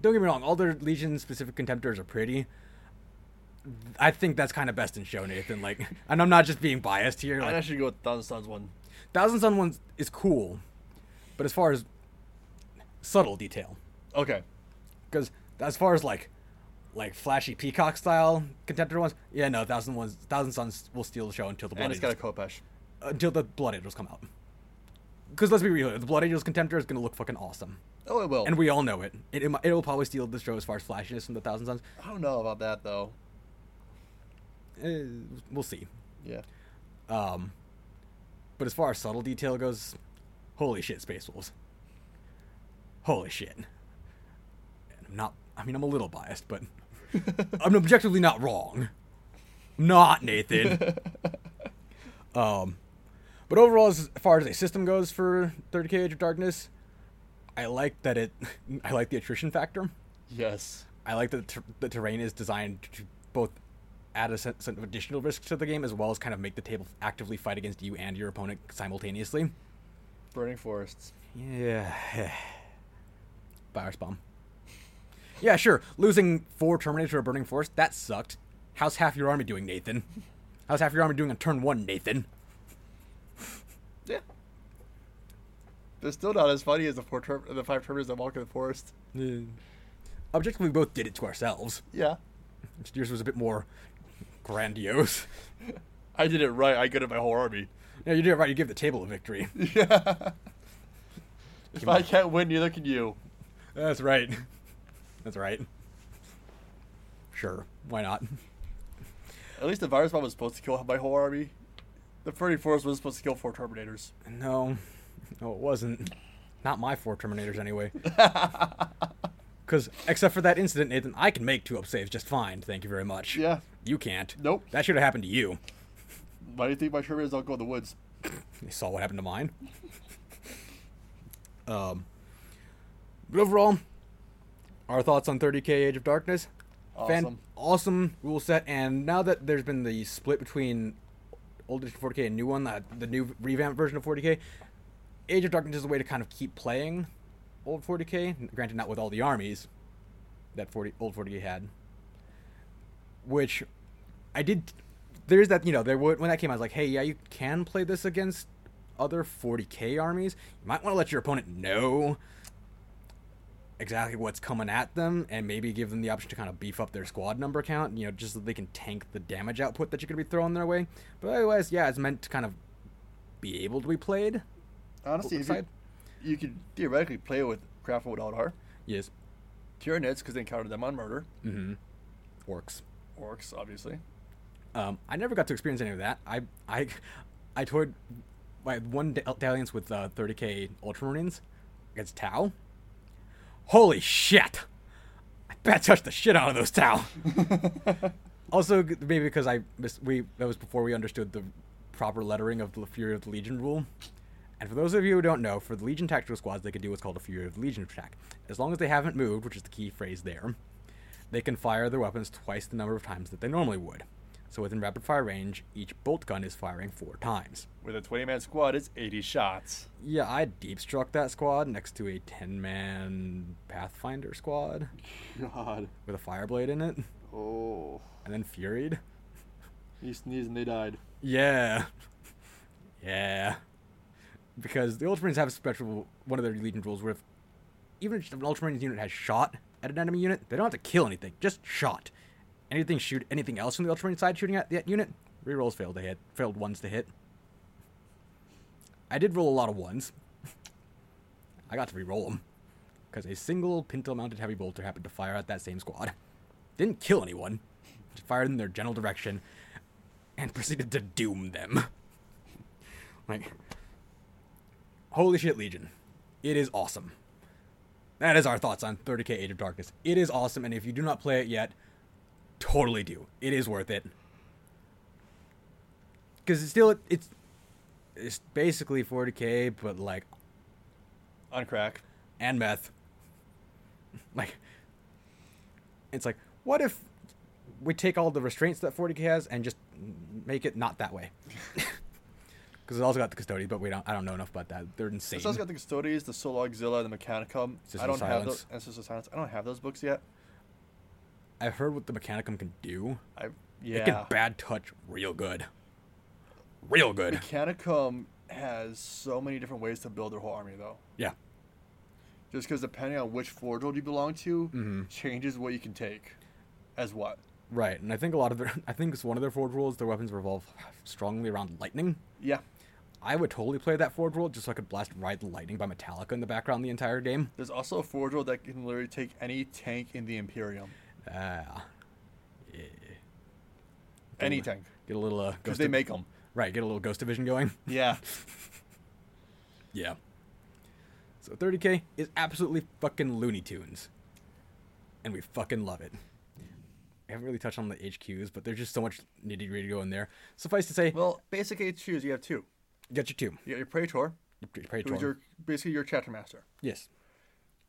Speaker 1: don't get me wrong, all their Legion specific contemptors are pretty. I think that's kind of best in show, Nathan. Like, and I'm not just being biased here.
Speaker 2: I'd
Speaker 1: Like,
Speaker 2: actually go with Thousand Suns one.
Speaker 1: Thousand Sun ones is cool, but as far as subtle detail,
Speaker 2: Okay,
Speaker 1: because as far as like, like flashy peacock style contender ones. Yeah, no, thousand ones, thousand suns will steal the show until the blood
Speaker 2: and it's got a
Speaker 1: angels,
Speaker 2: Kopesh.
Speaker 1: until the blood angels come out. Because let's be real, the blood angels contender is gonna look fucking awesome,
Speaker 2: Oh, it will.
Speaker 1: and we all know it. It it, mi- it will probably steal the show as far as flashiness from the thousand suns.
Speaker 2: I don't know about that though.
Speaker 1: Eh, we'll see.
Speaker 2: Yeah.
Speaker 1: Um, but as far as subtle detail goes, holy shit, Space Wolves. Holy shit. And I'm not. I mean, I'm a little biased, but I'm objectively not wrong. Not Nathan. um, but overall, as far as a system goes for Third Cage of Darkness, I like that it. I like the attrition factor.
Speaker 2: Yes.
Speaker 1: I like that the, ter- the terrain is designed to both add a sense of additional risk to the game as well as kind of make the table actively fight against you and your opponent simultaneously.
Speaker 2: Burning forests.
Speaker 1: Yeah. Virus bomb. Yeah, sure. Losing four Terminators to a Burning Force, that sucked. How's half your army doing, Nathan? How's half your army doing on turn one, Nathan?
Speaker 2: Yeah. They're still not as funny as the four term- the five terminators that walk in the forest.
Speaker 1: Objectively, we both did it to ourselves.
Speaker 2: Yeah.
Speaker 1: Yours was a bit more grandiose.
Speaker 2: I did it right. I gutted my whole army.
Speaker 1: Yeah, you did it right. You gave the table a victory.
Speaker 2: Yeah. if I can't win, neither can you.
Speaker 1: That's right. That's right. Sure. Why not?
Speaker 2: At least the virus bomb was supposed to kill my whole army. The burning forest was supposed to kill four terminators.
Speaker 1: No. No, it wasn't. Not my four Terminators, anyway. Because, except for that incident, Nathan, I can make two up saves just fine. Thank you very much.
Speaker 2: Yeah.
Speaker 1: You can't.
Speaker 2: Nope.
Speaker 1: That should have happened to you.
Speaker 2: Why do you think my terminators don't go in the woods?
Speaker 1: They saw what happened to mine. um, but overall, our thoughts on 30k Age of Darkness.
Speaker 2: Awesome.
Speaker 1: awesome rule set, and now that there's been the split between old edition 40k and new one, the, the new revamped version of 40k, Age of Darkness is a way to kind of keep playing old 40k. Granted, not with all the armies that 40 old 40k had, which I did. There's that you know there were, when that came out, I was like, hey, yeah, you can play this against other 40k armies. You might want to let your opponent know exactly what's coming at them, and maybe give them the option to kind of beef up their squad number count. You know, just so they can tank the damage output that you're going to be throwing their way. But otherwise, yeah, it's meant to kind of be able to be played.
Speaker 2: Honestly, if you,
Speaker 1: Side?
Speaker 2: you could theoretically play with Craftful without her.
Speaker 1: Yes,
Speaker 2: Tyranids, because they encountered them on murder.
Speaker 1: orcs.
Speaker 2: Orcs, obviously.
Speaker 1: Um, I never got to experience any of that. I I I toured my one da- dalliance with uh, 30k Ultramarines against Tau. Holy shit! I bet touched the shit out of those Tau. also, g- maybe because I missed, we that was before we understood the proper lettering of the Fury of the Legion rule. And for those of you who don't know, for the Legion tactical squads, they can do what's called a Fury of the Legion attack. As long as they haven't moved, which is the key phrase there, they can fire their weapons twice the number of times that they normally would. So within rapid fire range, each bolt gun is firing four times.
Speaker 2: With a 20 man squad, it's 80 shots.
Speaker 1: Yeah, I deep struck that squad next to a 10 man Pathfinder squad
Speaker 2: God.
Speaker 1: with a fireblade in it,
Speaker 2: Oh.
Speaker 1: and then furied.
Speaker 2: He sneezed and they died.
Speaker 1: Yeah. Yeah. Because the Ultramarines have a special one of their Legion rules where if even if an Ultramarines unit has shot at an enemy unit, they don't have to kill anything, just shot. Anything shoot anything else from the Ultramarine side shooting at that unit, rerolls failed to hit. Failed ones to hit. I did roll a lot of ones. I got to re-roll them. Because a single pintle mounted heavy bolter happened to fire at that same squad. Didn't kill anyone. Just fired in their general direction and proceeded to doom them. Like, holy shit, Legion. It is awesome. That is our thoughts on 30k Age of Darkness. It is awesome, and if you do not play it yet, totally do. It is worth it. Because it's still, it's, it's basically 40k, but like,
Speaker 2: On crack.
Speaker 1: and meth. Like, it's like, what if we take all the restraints that 40k has and just make it not that way? Because it also got the custodians, but we don't. I don't know enough about that. They're insane.
Speaker 2: It's also got the Custodians, the Sologzilla, the Mechanicum.
Speaker 1: Sisters
Speaker 2: I
Speaker 1: of
Speaker 2: don't have
Speaker 1: Silence.
Speaker 2: those. And Sisters of Silence. I don't have those books yet.
Speaker 1: I've heard what the Mechanicum can do.
Speaker 2: I yeah.
Speaker 1: It can bad touch real good. Real good.
Speaker 2: Mechanicum has so many different ways to build their whole army, though.
Speaker 1: Yeah. Mm-hmm.
Speaker 2: Just because depending on which forge world you belong to, changes what you can take. as what?
Speaker 1: Right, and I think a lot of their, I think it's one of their forge rules. Their weapons revolve strongly around lightning.
Speaker 2: Yeah,
Speaker 1: I would totally play that forge rule just so I could blast Ride the Lightning by Metallica in the background the entire game.
Speaker 2: there's also a forge roll that can literally take any tank in the Imperium,
Speaker 1: Ah, yeah.
Speaker 2: any
Speaker 1: Totally.
Speaker 2: tank,
Speaker 1: Get a little uh,
Speaker 2: because
Speaker 1: ghost
Speaker 2: they
Speaker 1: Div-
Speaker 2: make them.
Speaker 1: right. Get a little ghost division going.
Speaker 2: Yeah,
Speaker 1: Yeah. So 30k is absolutely fucking Looney Tunes, and we fucking love it. I haven't really touched on the HQs, but there's just so much nitty gritty going there. Suffice to say,
Speaker 2: well, basically it's choose. You have two.
Speaker 1: get your two.
Speaker 2: You got your Praetor,
Speaker 1: Your Praetor.
Speaker 2: who's your basically your chapter master,
Speaker 1: Yes.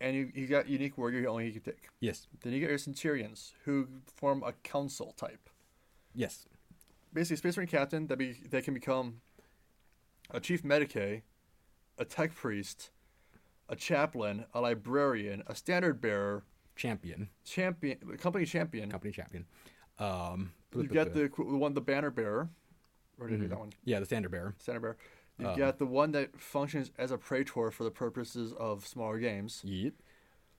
Speaker 2: and you you got unique warrior you only you can take.
Speaker 1: Yes.
Speaker 2: Then you get your Centurions, who form a council type.
Speaker 1: Yes.
Speaker 2: basically space marine captain that be that can become a chief medicae, a tech priest, a chaplain, a librarian, a standard bearer,
Speaker 1: Champion.
Speaker 2: champion, company champion.
Speaker 1: Company champion. Um.
Speaker 2: You've got the qu- the one the banner bearer. Where did I do that one?
Speaker 1: yeah the standard bearer.
Speaker 2: Standard bearer. You've got the one that functions as a praetor for the purposes of smaller games.
Speaker 1: Yeet.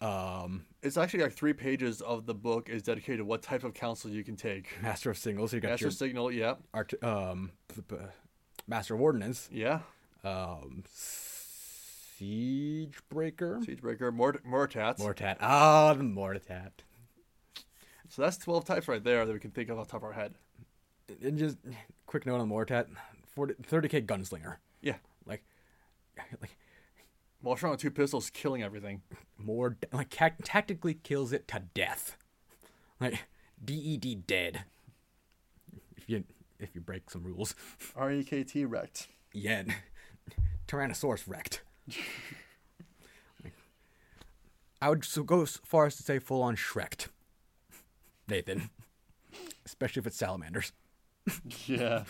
Speaker 1: Um.
Speaker 2: It's actually like three pages of the book is dedicated to what type of counsel you can take.
Speaker 1: Master of Singles. You got
Speaker 2: Master
Speaker 1: your
Speaker 2: signal, yeah,
Speaker 1: art, um, p- p- Master of Ordnance,
Speaker 2: yeah.
Speaker 1: um, Siege Breaker,
Speaker 2: Siegebreaker, Mort- Mortats.
Speaker 1: Mortat. Ah, the Mortat.
Speaker 2: So that's 12 types right there that we can think of off the top of our head.
Speaker 1: And just quick note on the Mortat, 40, 30k Gunslinger.
Speaker 2: Yeah.
Speaker 1: Like, like
Speaker 2: While shot with two pistols, killing everything.
Speaker 1: more like tac- tactically kills it to death. Like DED dead. If you if you break some rules,
Speaker 2: R E K T wrecked.
Speaker 1: yeah, Tyrannosaurus wrecked. I would so go as far as to say full on Shreked, Nathan. Especially if it's salamanders.
Speaker 2: Yeah.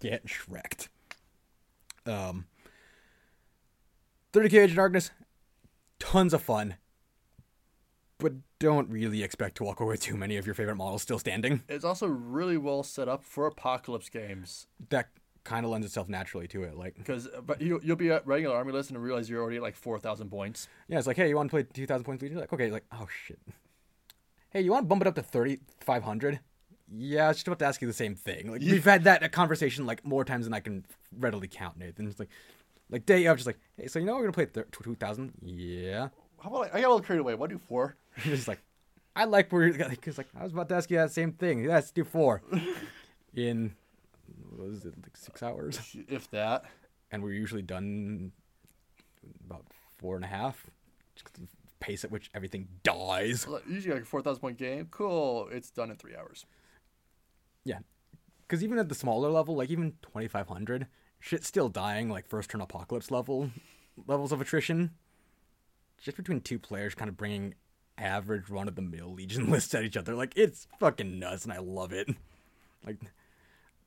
Speaker 1: Get Shreked. Um, 30k Age of Darkness, tons of fun. But don't really expect to walk away with too many of your favorite models still standing.
Speaker 2: It's also really well set up for apocalypse games
Speaker 1: That kind of lends itself naturally to it. Like,
Speaker 2: because but you, you'll be at regular army list and realize you're already at like 4,000 points.
Speaker 1: Yeah, it's like, hey, you want to play 2,000 points Legion? Like, okay, like, oh shit. Hey, you want to bump it up to 3,500? Yeah, I was just about to ask you the same thing. Like, we've had that conversation like more times than I can readily count, Nathan. It's like, like day of, just like, hey, so you know we're gonna play thir- 2,000? Yeah.
Speaker 2: How about I, I got a little creative way? What do four?
Speaker 1: He's like, I like where you're because like I was about to ask you that same thing. Yeah, let's do four. In what was it like six hours?
Speaker 2: If that.
Speaker 1: and we're usually done about four and a half. Just 'cause of the pace at which everything dies.
Speaker 2: Well, Usually like a 4,000 point game. Cool. It's done in three hours.
Speaker 1: Yeah, because even at the smaller level, like even twenty five hundred, shit's still dying. Like first turn apocalypse level levels of attrition, just between two players, kind of bringing average run of the mill legion lists at each other. Like it's fucking nuts, and I love it. Like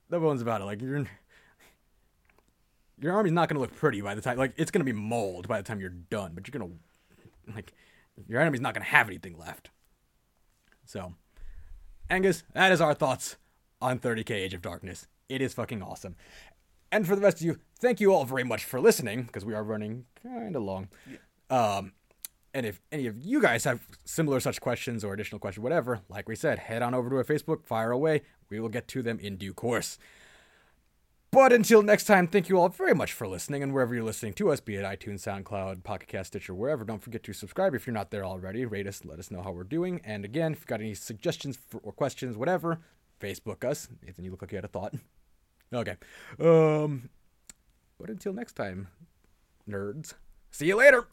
Speaker 1: that one's about it. Like you're. Your army's not going to look pretty by the time, like, it's going to be mauled by the time you're done, but you're going to, like, your enemy's not going to have anything left. So, Angus, that is our thoughts on 30k Age of Darkness. It is fucking awesome. And for the rest of you, thank you all very much for listening because we are running kind of long. Um, and if any of you guys have similar such questions or additional questions, whatever, like we said, head on over to our Facebook, fire away. We will get to them in due course. But until next time, thank you all very much for listening. And wherever you're listening to us, be it iTunes, SoundCloud, Pocket Cast, Stitcher, wherever, don't forget to subscribe if you're not there already. Rate us, let us know how we're doing. And again, if you've got any suggestions for, or questions, whatever, Facebook us. Nathan, you look like you had a thought. Okay. Um, but until next time, nerds, see you later.